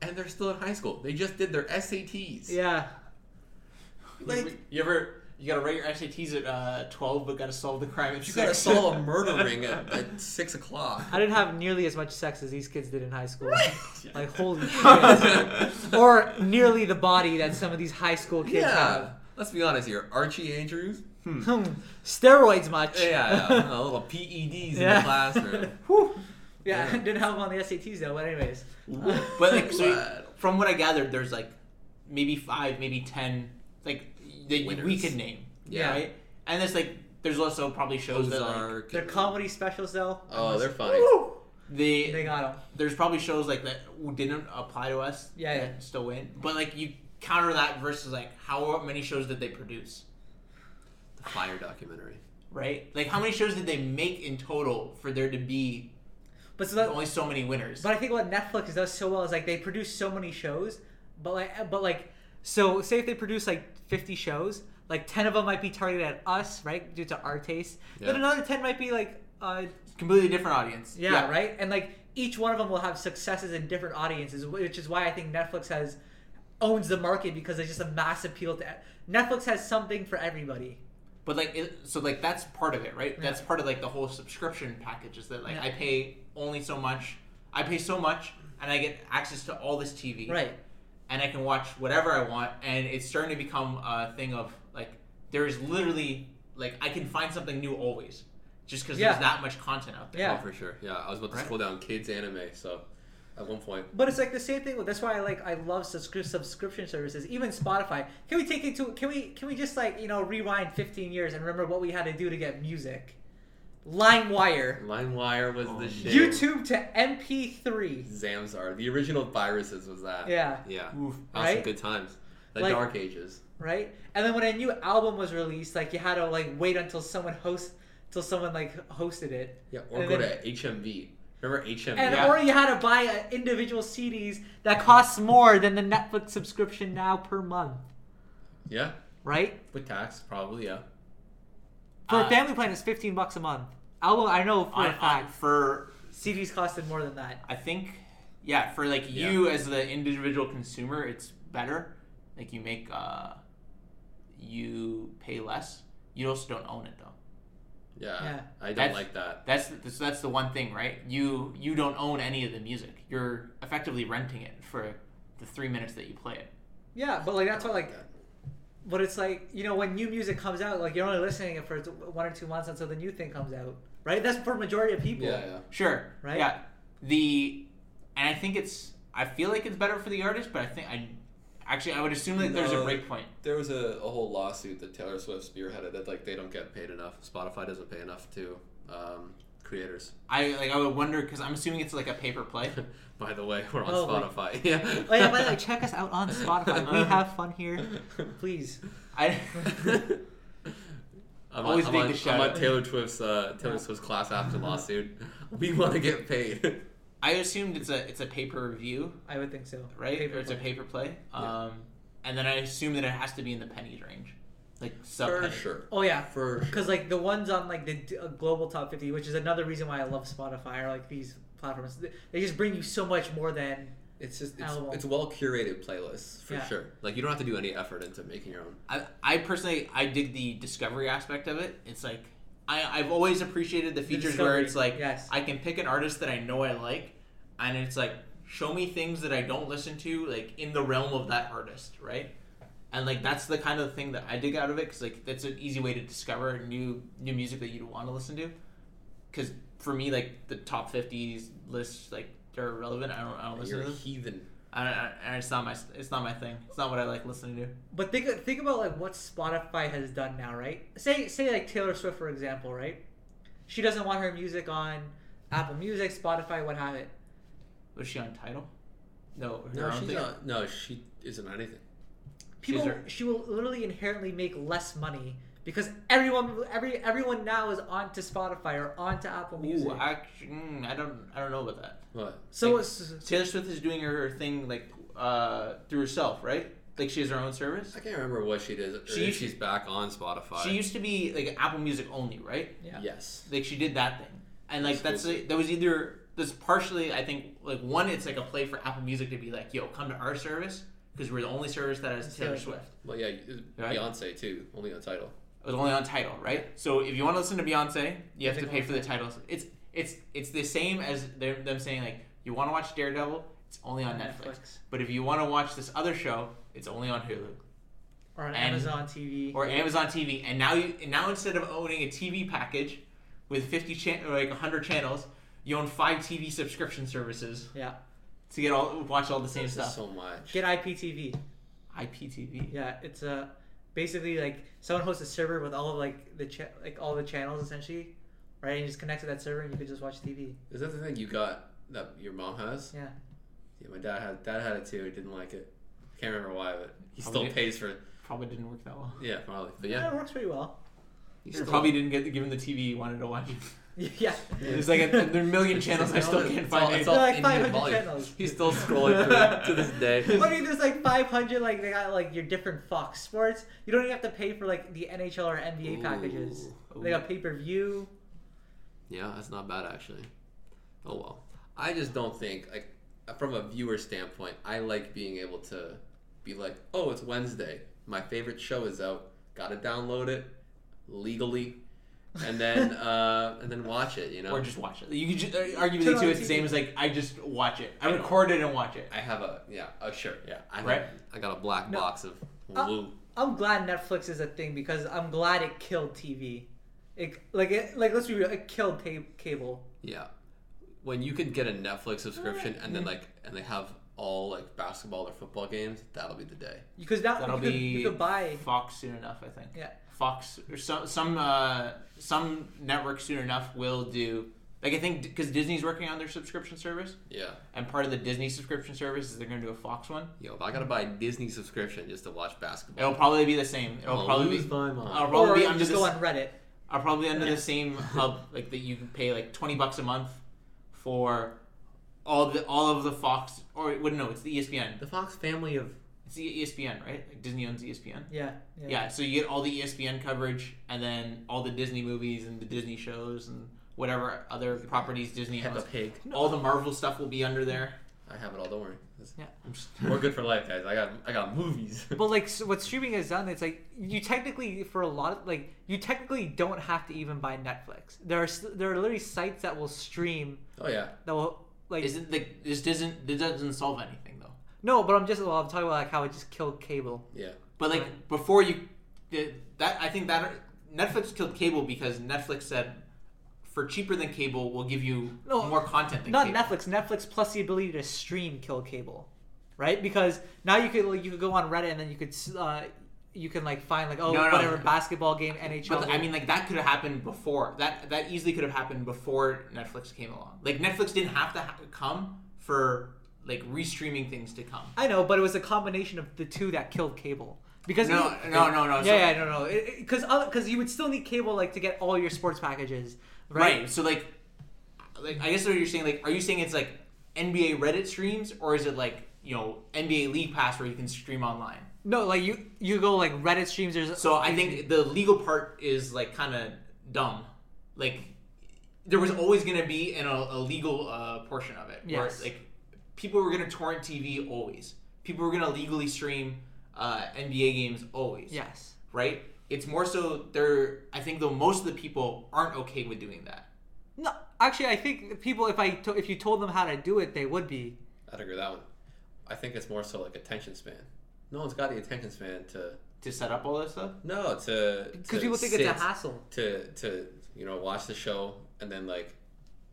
[SPEAKER 1] and they're still in high school. They just did their SATs.
[SPEAKER 2] yeah.
[SPEAKER 1] Like
[SPEAKER 3] you ever you gotta write your SATs at uh, twelve, but gotta solve the crime at
[SPEAKER 1] <laughs> you
[SPEAKER 3] six.
[SPEAKER 1] gotta
[SPEAKER 3] <laughs>
[SPEAKER 1] solve a murder ring at, at six o'clock. <laughs>
[SPEAKER 2] I didn't have nearly as much sex as these kids did in high school. Like
[SPEAKER 1] <laughs>
[SPEAKER 2] holy shit.
[SPEAKER 1] yeah.
[SPEAKER 2] <laughs> or nearly the body that some of these high school kids
[SPEAKER 1] Let's be honest here. Archie
[SPEAKER 2] <laughs>
[SPEAKER 1] Andrews? Hmm.
[SPEAKER 2] have. Hmm. Steroids much.
[SPEAKER 1] Yeah, yeah, a little PEDs in
[SPEAKER 2] Yeah.
[SPEAKER 1] the
[SPEAKER 2] <laughs>
[SPEAKER 1] classroom.
[SPEAKER 2] Whew. Yeah,
[SPEAKER 1] Yeah.
[SPEAKER 2] <laughs> didn't help on the SATs though. But anyways,
[SPEAKER 3] But like, so
[SPEAKER 1] What?
[SPEAKER 3] from what I gathered, there's like maybe five, maybe ten, like that you- we
[SPEAKER 1] Winners.
[SPEAKER 3] could name,
[SPEAKER 1] Yeah.
[SPEAKER 3] right? And there's like there's also probably shows that like,
[SPEAKER 1] Ozark.
[SPEAKER 2] their
[SPEAKER 1] and-
[SPEAKER 2] comedy specials though.
[SPEAKER 1] Oh, they're funny.
[SPEAKER 2] Woo!
[SPEAKER 3] they,
[SPEAKER 2] They got them.
[SPEAKER 3] there's probably shows like that who didn't apply to us.
[SPEAKER 2] Yeah, yeah.
[SPEAKER 3] that Still win, but like you counter that versus like how many shows did they produce?
[SPEAKER 1] The Fire documentary.
[SPEAKER 3] Right? Like, how many shows did they make in total for there to be
[SPEAKER 2] But so
[SPEAKER 3] There's
[SPEAKER 2] that,
[SPEAKER 3] only so many winners.
[SPEAKER 2] But I think what Netflix does so well is like they produce so many shows, but like eh, but like so say if they produce like 50 shows, like 10 of them might be targeted at us, right, due to our taste. Then
[SPEAKER 1] Yeah.
[SPEAKER 2] another 10 might be like uh
[SPEAKER 3] completely different audience.
[SPEAKER 2] yeah, right? And like each one of them will have successes in different audiences, which is why I think Netflix has owns the market because there's just a mass appeal to e-, Netflix has something for everybody.
[SPEAKER 3] But like, it, so like that's part of it, right? That's part of like the whole subscription package is that like
[SPEAKER 2] Yeah.
[SPEAKER 3] I pay only so much, I pay so much, and I get access to all this TV,
[SPEAKER 2] Right.
[SPEAKER 3] And I can watch whatever I want, and it's starting to become a thing of like there is literally like I can find something new always, just because
[SPEAKER 2] Yeah.
[SPEAKER 3] there's that much content out there.
[SPEAKER 2] Yeah.
[SPEAKER 1] Oh, for sure. Yeah, I was about to
[SPEAKER 3] Right.
[SPEAKER 1] scroll down kids anime, so at one point.
[SPEAKER 2] But it's like the same thing. with- That's why I like I love subscri- subscription services, even Spotify. Can we take it to? Can we can we just like you know rewind 15 years and remember what we had to do to get music? LimeWire,
[SPEAKER 1] LimeWire was
[SPEAKER 3] Oh,
[SPEAKER 1] the shit.
[SPEAKER 2] YouTube to MP3.
[SPEAKER 1] Zamzar. The original viruses was that.
[SPEAKER 2] Yeah,
[SPEAKER 1] Yeah.
[SPEAKER 3] Oof.
[SPEAKER 1] That was
[SPEAKER 2] Right?
[SPEAKER 1] some good times. The
[SPEAKER 2] Like-
[SPEAKER 1] Dark Ages.
[SPEAKER 2] right. And then when a new album was released, like you had to like wait until someone host, till someone like hosted it,
[SPEAKER 1] Yeah, or
[SPEAKER 2] And
[SPEAKER 1] go
[SPEAKER 2] then-
[SPEAKER 1] to HMV. Remember HMV?
[SPEAKER 2] and
[SPEAKER 3] Yeah.
[SPEAKER 2] or you had to buy uh, individual CDs that costs more than the Netflix subscription now per month,
[SPEAKER 1] yeah,
[SPEAKER 2] right?
[SPEAKER 1] with tax, probably, yeah.
[SPEAKER 2] For a
[SPEAKER 3] Uh,
[SPEAKER 2] family plan, it's 15 bucks a month. Album, I know for
[SPEAKER 3] On,
[SPEAKER 2] a
[SPEAKER 3] on,
[SPEAKER 2] fact.
[SPEAKER 3] for
[SPEAKER 2] CDs costed more than that.
[SPEAKER 3] I think yeah, for like
[SPEAKER 1] Yeah.
[SPEAKER 3] you as the individual consumer, it's better. Like you make uh, you pay less. You also don't own it though.
[SPEAKER 1] Yeah,
[SPEAKER 2] Yeah.
[SPEAKER 1] I don't
[SPEAKER 3] That's-
[SPEAKER 1] like that.
[SPEAKER 3] That's the, so that's the one thing, right? You you don't own any of the music. You're effectively renting it for the three minutes that you play it.
[SPEAKER 2] Yeah, but like that's
[SPEAKER 1] I
[SPEAKER 2] what
[SPEAKER 1] don't
[SPEAKER 2] like, but it's like you know when new music comes out, like you're only listening it for one or two months until the new thing comes out, right? That's for majority of
[SPEAKER 1] that.
[SPEAKER 2] people.
[SPEAKER 1] Yeah, yeah.
[SPEAKER 3] Sure.
[SPEAKER 2] Right?
[SPEAKER 3] Yeah. The and I think it's I feel like it's better for the artist, but I think I actually I would assume that there's a
[SPEAKER 1] No.
[SPEAKER 3] breakpoint.
[SPEAKER 1] There was a, a whole lawsuit that Taylor Swift spearheaded that like they don't get paid enough. Spotify doesn't pay enough to um, creators. <laughs>
[SPEAKER 3] I like I would wonder because I'm assuming it's like a paper play.
[SPEAKER 1] By the way, we're on
[SPEAKER 2] Oh,
[SPEAKER 1] Spotify. <laughs> yeah.
[SPEAKER 2] Oh yeah, by <laughs> the way, check us out on Spotify. We have fun <laughs> here,
[SPEAKER 1] <laughs>
[SPEAKER 2] please.
[SPEAKER 3] I
[SPEAKER 1] I'm
[SPEAKER 3] Always
[SPEAKER 1] on,
[SPEAKER 3] dig
[SPEAKER 1] I'm on,
[SPEAKER 3] the shout
[SPEAKER 1] I'm on
[SPEAKER 3] out.
[SPEAKER 1] Taylor Swift's uh, Taylor Swift's class action lawsuit. <laughs> We want to get paid. <laughs>
[SPEAKER 3] I assumed it's a it's a paper review,
[SPEAKER 2] I would think so.
[SPEAKER 3] right?
[SPEAKER 2] Paper
[SPEAKER 3] or it's a
[SPEAKER 2] play.
[SPEAKER 3] paper play.
[SPEAKER 1] Yeah.
[SPEAKER 3] Um, and then I assume that it has to be in the pennies range, like sub
[SPEAKER 1] For
[SPEAKER 3] penny.
[SPEAKER 1] sure.
[SPEAKER 2] Oh yeah,
[SPEAKER 1] For sure.
[SPEAKER 2] because like the ones on like the d- uh, global top 50 which is another reason why i love spotify or like these platforms Th- they just bring you so much more than
[SPEAKER 1] It's just it's,
[SPEAKER 2] Album.
[SPEAKER 1] it's well curated playlists for
[SPEAKER 2] Yeah.
[SPEAKER 1] sure. Like you don't have to do any effort into making your own.
[SPEAKER 3] I, I personally I dig the discovery aspect of it. It's like I, I've always appreciated the features where
[SPEAKER 2] discovery,
[SPEAKER 3] it's like
[SPEAKER 2] yes.
[SPEAKER 3] I can pick an artist that I know I like and it's like show me things that I don't listen to like in the realm of that artist, right? And like that's the kind of thing that I dig out of it cuz like that's an easy way to discover new new music that you want to listen to. Cuz for me like the top 50s lists like they're irrelevant. I don't I don't listen
[SPEAKER 1] You're
[SPEAKER 3] to
[SPEAKER 1] a
[SPEAKER 3] them.
[SPEAKER 1] heathen.
[SPEAKER 3] I, don't- I, I it's not my it's not my thing. It's not what I like listening to.
[SPEAKER 2] but think think about like what spotify has done now right say say like taylor swift for example right she doesn't want her music on apple music spotify what have it
[SPEAKER 3] Was she on title? No, her
[SPEAKER 1] No,
[SPEAKER 3] own
[SPEAKER 1] she's
[SPEAKER 3] thing?
[SPEAKER 1] not. No, she isn't on anything.
[SPEAKER 3] She's
[SPEAKER 2] people
[SPEAKER 3] her-
[SPEAKER 2] she will literally inherently make less money because everyone every everyone now is onto spotify or onto apple music
[SPEAKER 3] Ooh, actually, mm, I don't, I don't know about that.
[SPEAKER 1] What?
[SPEAKER 2] so
[SPEAKER 3] like-
[SPEAKER 2] it's
[SPEAKER 3] Taylor Swift is doing her thing like uh, through herself, right? Like she has her own service.
[SPEAKER 1] I can't remember what she did. or
[SPEAKER 3] She-
[SPEAKER 1] if she's back on Spotify.
[SPEAKER 3] She used to be like Apple Music only, right?
[SPEAKER 2] yeah
[SPEAKER 1] yes.
[SPEAKER 3] Like she did that thing, and like that's
[SPEAKER 1] Exclusive.
[SPEAKER 3] that was either that's partially I think like one, it's like a play for Apple Music to be like, yo, come to our service because we're the only service that has
[SPEAKER 2] It's
[SPEAKER 3] Taylor
[SPEAKER 2] Taylor
[SPEAKER 3] Swift.
[SPEAKER 1] Well, yeah,
[SPEAKER 3] Right.
[SPEAKER 1] Beyonce too. Only on title.
[SPEAKER 3] It was only on title, right? So if you want to listen to Beyonce, you have to
[SPEAKER 2] think
[SPEAKER 3] pay
[SPEAKER 2] on
[SPEAKER 3] for the titles. It's it's it's the same as they're, them saying like you want to watch Daredevil, it's only on Netflix.
[SPEAKER 2] Netflix.
[SPEAKER 3] But if you want to watch this other show, it's only on Hulu
[SPEAKER 2] or on
[SPEAKER 3] And-
[SPEAKER 2] amazon tv
[SPEAKER 3] or Amazon TV. And now you and now instead of owning a TV package with fifty chan- or like hundred channels, you own five TV subscription services
[SPEAKER 2] yeah
[SPEAKER 3] to get all watch all the same
[SPEAKER 1] There's
[SPEAKER 3] stuff.
[SPEAKER 1] so much.
[SPEAKER 2] Get IPTV.
[SPEAKER 3] IPTV.
[SPEAKER 2] Yeah, it's a basically like someone hosts a server with all of like the cha- like all the channels essentially, right? And you just connect to that server and you could just watch TV.
[SPEAKER 1] Is that the thing you got that your mom has?
[SPEAKER 2] Yeah.
[SPEAKER 1] Yeah, my dad had dad had it too. He didn't like it. Can't remember why, but he
[SPEAKER 3] Probably
[SPEAKER 1] still
[SPEAKER 3] did-
[SPEAKER 1] pays for it.
[SPEAKER 3] Probably didn't work that well.
[SPEAKER 1] Yeah, probably. But
[SPEAKER 2] Yeah,
[SPEAKER 1] yeah,
[SPEAKER 2] it works pretty well. <laughs>
[SPEAKER 1] he
[SPEAKER 3] You
[SPEAKER 1] still-
[SPEAKER 3] probably didn't get given the TV you wanted to watch.
[SPEAKER 2] yeah.
[SPEAKER 3] There's
[SPEAKER 2] <laughs>
[SPEAKER 3] like a, there are a million channels I still can't
[SPEAKER 1] It's all-
[SPEAKER 3] find.
[SPEAKER 1] it's
[SPEAKER 3] it.
[SPEAKER 2] There
[SPEAKER 1] all
[SPEAKER 2] are, like
[SPEAKER 1] Indian
[SPEAKER 2] 500
[SPEAKER 1] volume.
[SPEAKER 2] channels.
[SPEAKER 1] He's still scrolling through it to this day.
[SPEAKER 2] What do you there's like 500 like they got like your different Fox Sports. You don't even have to pay for like the NHL or NBA packages.
[SPEAKER 3] Ooh.
[SPEAKER 2] They got pay per view.
[SPEAKER 1] Yeah, that's not bad actually. Oh well. I just don't think like uh, from a viewer standpoint, I like being able to be like, "Oh, it's Wednesday. My favorite show is out. Got to download it legally and <laughs> then uh and then watch it, you know."
[SPEAKER 3] Or just watch it. You could just,
[SPEAKER 2] Turn
[SPEAKER 3] arguably too.
[SPEAKER 2] on the
[SPEAKER 3] It's the
[SPEAKER 2] TV.
[SPEAKER 3] same as like I just watch it. I record it and watch it.
[SPEAKER 1] I have a yeah, oh sure. Yeah. I have,
[SPEAKER 3] Right.
[SPEAKER 1] I got a black
[SPEAKER 2] No.
[SPEAKER 1] box of
[SPEAKER 2] Uh,
[SPEAKER 1] Hulu.
[SPEAKER 2] I'm glad Netflix is a thing because I'm glad it killed TV. It like it like let's be real, it killed ta- cable.
[SPEAKER 1] Yeah. When you can get a Netflix subscription and then like and they have all like basketball or football games, that'll be the day.
[SPEAKER 2] Because that
[SPEAKER 3] That'll
[SPEAKER 2] you could,
[SPEAKER 3] be
[SPEAKER 2] <laughs> you could buy.
[SPEAKER 3] Fox soon enough, I think.
[SPEAKER 2] Yeah.
[SPEAKER 3] Fox or some some uh, some network soon enough will do. Like I think because Disney's working on their subscription service,
[SPEAKER 1] Yeah.
[SPEAKER 3] and part of the Disney subscription service is they're going to do a Fox one.
[SPEAKER 1] Yo, if I gotta buy a Disney subscription just to watch basketball,
[SPEAKER 3] It'll probably be the same. It'll
[SPEAKER 1] I'll
[SPEAKER 3] probably
[SPEAKER 1] lose
[SPEAKER 3] be.
[SPEAKER 1] my
[SPEAKER 3] I'll
[SPEAKER 1] mind.
[SPEAKER 3] probably
[SPEAKER 2] or
[SPEAKER 3] be
[SPEAKER 2] you
[SPEAKER 3] under
[SPEAKER 2] just
[SPEAKER 3] the,
[SPEAKER 2] go
[SPEAKER 3] s-
[SPEAKER 2] on Reddit.
[SPEAKER 3] I'll probably under the same hub like that. You can pay like twenty bucks a month for all the all of the Fox or wait, no, it's the E ESPN.
[SPEAKER 1] The Fox family of
[SPEAKER 3] It's the E ESPN, right? Like Disney owns E ESPN.
[SPEAKER 2] Yeah.
[SPEAKER 3] Yeah. so you get all the E ESPN coverage and then all the Disney movies and the Disney shows and whatever other properties Disney owns.
[SPEAKER 1] Peppa Pig.
[SPEAKER 3] All the Marvel stuff will be under there.
[SPEAKER 1] I have it all. Don't worry. That's- <laughs>
[SPEAKER 2] Yeah.
[SPEAKER 3] I'm just-
[SPEAKER 1] We're good for life, guys. I got I got movies. <laughs>
[SPEAKER 2] But like so what streaming has done, it's like you technically for a lot of like you technically don't have to even buy Netflix. There are s- there are literally sites that will stream
[SPEAKER 1] oh yeah.
[SPEAKER 2] that will like
[SPEAKER 3] Isn't like this doesn't this doesn't solve anything though.
[SPEAKER 2] no, but I'm just well I'm talking about like how it just killed cable.
[SPEAKER 1] Yeah.
[SPEAKER 3] But like before you did that, I think that Netflix killed cable because Netflix said for cheaper than cable, we'll give you
[SPEAKER 2] No,
[SPEAKER 3] more content than
[SPEAKER 2] Not
[SPEAKER 3] cable.
[SPEAKER 2] Netflix, Netflix plus the ability to stream killed cable, right? Because now you could like, you could go on Reddit and then you could uh, you can like find like oh
[SPEAKER 3] No, no.
[SPEAKER 2] whatever basketball game NHL.
[SPEAKER 3] But I
[SPEAKER 2] game.
[SPEAKER 3] mean, like that could have happened before. That that easily could have happened before Netflix came along. Like Netflix didn't have to ha- come for like restreaming things to come.
[SPEAKER 2] I know, but it was a combination of the two that killed cable. Because
[SPEAKER 3] No,
[SPEAKER 2] it-
[SPEAKER 3] no, no, no.
[SPEAKER 2] Yeah,
[SPEAKER 3] So-
[SPEAKER 2] yeah, no, no. Because because you would still need cable like to get all your sports packages,
[SPEAKER 3] Right.
[SPEAKER 2] right?
[SPEAKER 3] So like, like I guess what you're saying, like, are you saying it's like NBA Reddit streams, or is it like you know NBA League Pass where you can stream online?
[SPEAKER 2] No, like you you go like Reddit streams. There's
[SPEAKER 3] So I think the legal part is like kind of dumb. Like there was always going to be an a legal uh, portion of it. Where,
[SPEAKER 2] Yes.
[SPEAKER 3] like people were going to torrent TV always. People were going to legally stream uh, NBA games always.
[SPEAKER 2] yes,
[SPEAKER 3] Right. It's more so they're. I think though most of the people aren't okay with doing that.
[SPEAKER 2] no. Actually, I think the people if I to, if you told them how to do it, they would be.
[SPEAKER 1] I'd agree with that one. I think it's more so like attention span. No one's got the attention span to
[SPEAKER 3] To set up all this stuff.
[SPEAKER 1] no to
[SPEAKER 2] Because
[SPEAKER 1] to
[SPEAKER 2] people think it's a
[SPEAKER 1] sit,
[SPEAKER 2] hassle.
[SPEAKER 1] to to you know watch the show and then like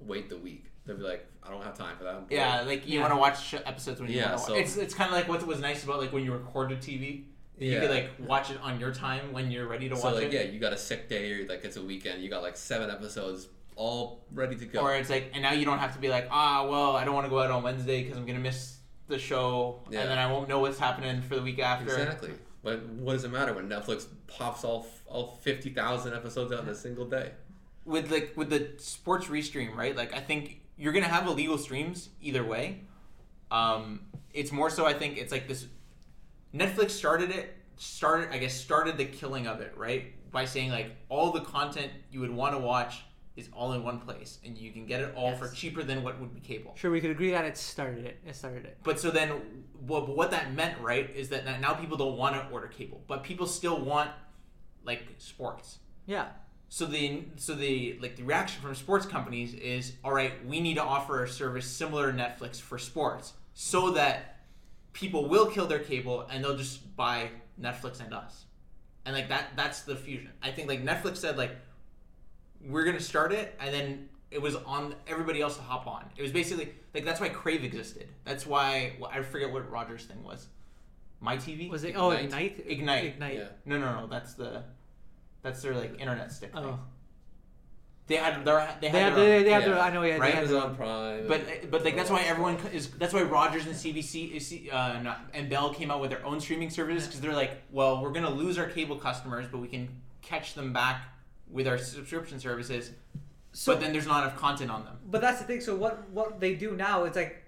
[SPEAKER 1] wait the week. They'll be like, I don't have time for that. I'm bored.
[SPEAKER 3] Yeah, like you
[SPEAKER 2] Yeah.
[SPEAKER 3] want to watch sh- episodes when you
[SPEAKER 1] Yeah,
[SPEAKER 3] want to
[SPEAKER 1] so-
[SPEAKER 3] watch. It's it's kind of like what was nice about like when you recorded TV. You
[SPEAKER 1] Yeah.
[SPEAKER 3] could like watch it on your time when you're ready to
[SPEAKER 1] So
[SPEAKER 3] watch
[SPEAKER 1] like
[SPEAKER 3] it.
[SPEAKER 1] yeah, you got a sick day or like it's a weekend. You got like seven episodes all ready to go.
[SPEAKER 3] Or it's like, and now you don't have to be like, ah, well, I don't want to go out on Wednesday because I'm gonna miss the show,
[SPEAKER 1] Yeah.
[SPEAKER 3] and then I won't know what's happening for the week after.
[SPEAKER 1] Exactly. But what does it matter when Netflix pops all all fifty thousand episodes out in a single day?
[SPEAKER 3] With like with the sports restream, right? Like I think you're gonna have illegal streams either way. Um, it's more so I think it's like this. Netflix started it, started I guess started the killing of it, right? By saying like all the content you would want to watch is all in one place, and you can get it all for
[SPEAKER 2] Yes.
[SPEAKER 3] cheaper than what would be cable.
[SPEAKER 2] Sure, we could agree that it started it. It started it.
[SPEAKER 3] But so then, what, what that meant, right, is that now people don't want to order cable, but people still want like sports.
[SPEAKER 2] Yeah.
[SPEAKER 3] So the so the like the reaction from sports companies is, all right, we need to offer a service similar to Netflix for sports, so that people will kill their cable and they'll just buy Netflix and us, and like that that's the fusion. I think like Netflix said like we're gonna start it, and then it was on everybody else to hop on. It was basically like that's why Crave existed. That's why well, I forget what Rogers thing was. My TV
[SPEAKER 2] Was it? Oh,
[SPEAKER 1] Ignite.
[SPEAKER 2] Ignite.
[SPEAKER 3] Ignite,
[SPEAKER 2] Ignite.
[SPEAKER 1] yeah.
[SPEAKER 3] no, no, no. That's the that's their like internet stick. Thing.
[SPEAKER 2] Oh.
[SPEAKER 3] They had their they
[SPEAKER 2] They
[SPEAKER 3] had,
[SPEAKER 2] have.
[SPEAKER 3] their
[SPEAKER 2] They,
[SPEAKER 3] own.
[SPEAKER 2] they have.
[SPEAKER 1] Yeah.
[SPEAKER 2] Their, I know. Yeah.
[SPEAKER 3] Right?
[SPEAKER 2] They have their
[SPEAKER 1] Amazon
[SPEAKER 2] own.
[SPEAKER 1] Prime.
[SPEAKER 3] But but like that's why everyone co- is that's why Rogers and CBC is C- uh, not, and Bell came out with their own streaming services because they're like, well, we're gonna lose our cable customers, but we can catch them back with our subscription services.
[SPEAKER 2] So-
[SPEAKER 3] but then there's not enough content on them.
[SPEAKER 2] But that's the thing. So what what they do now is like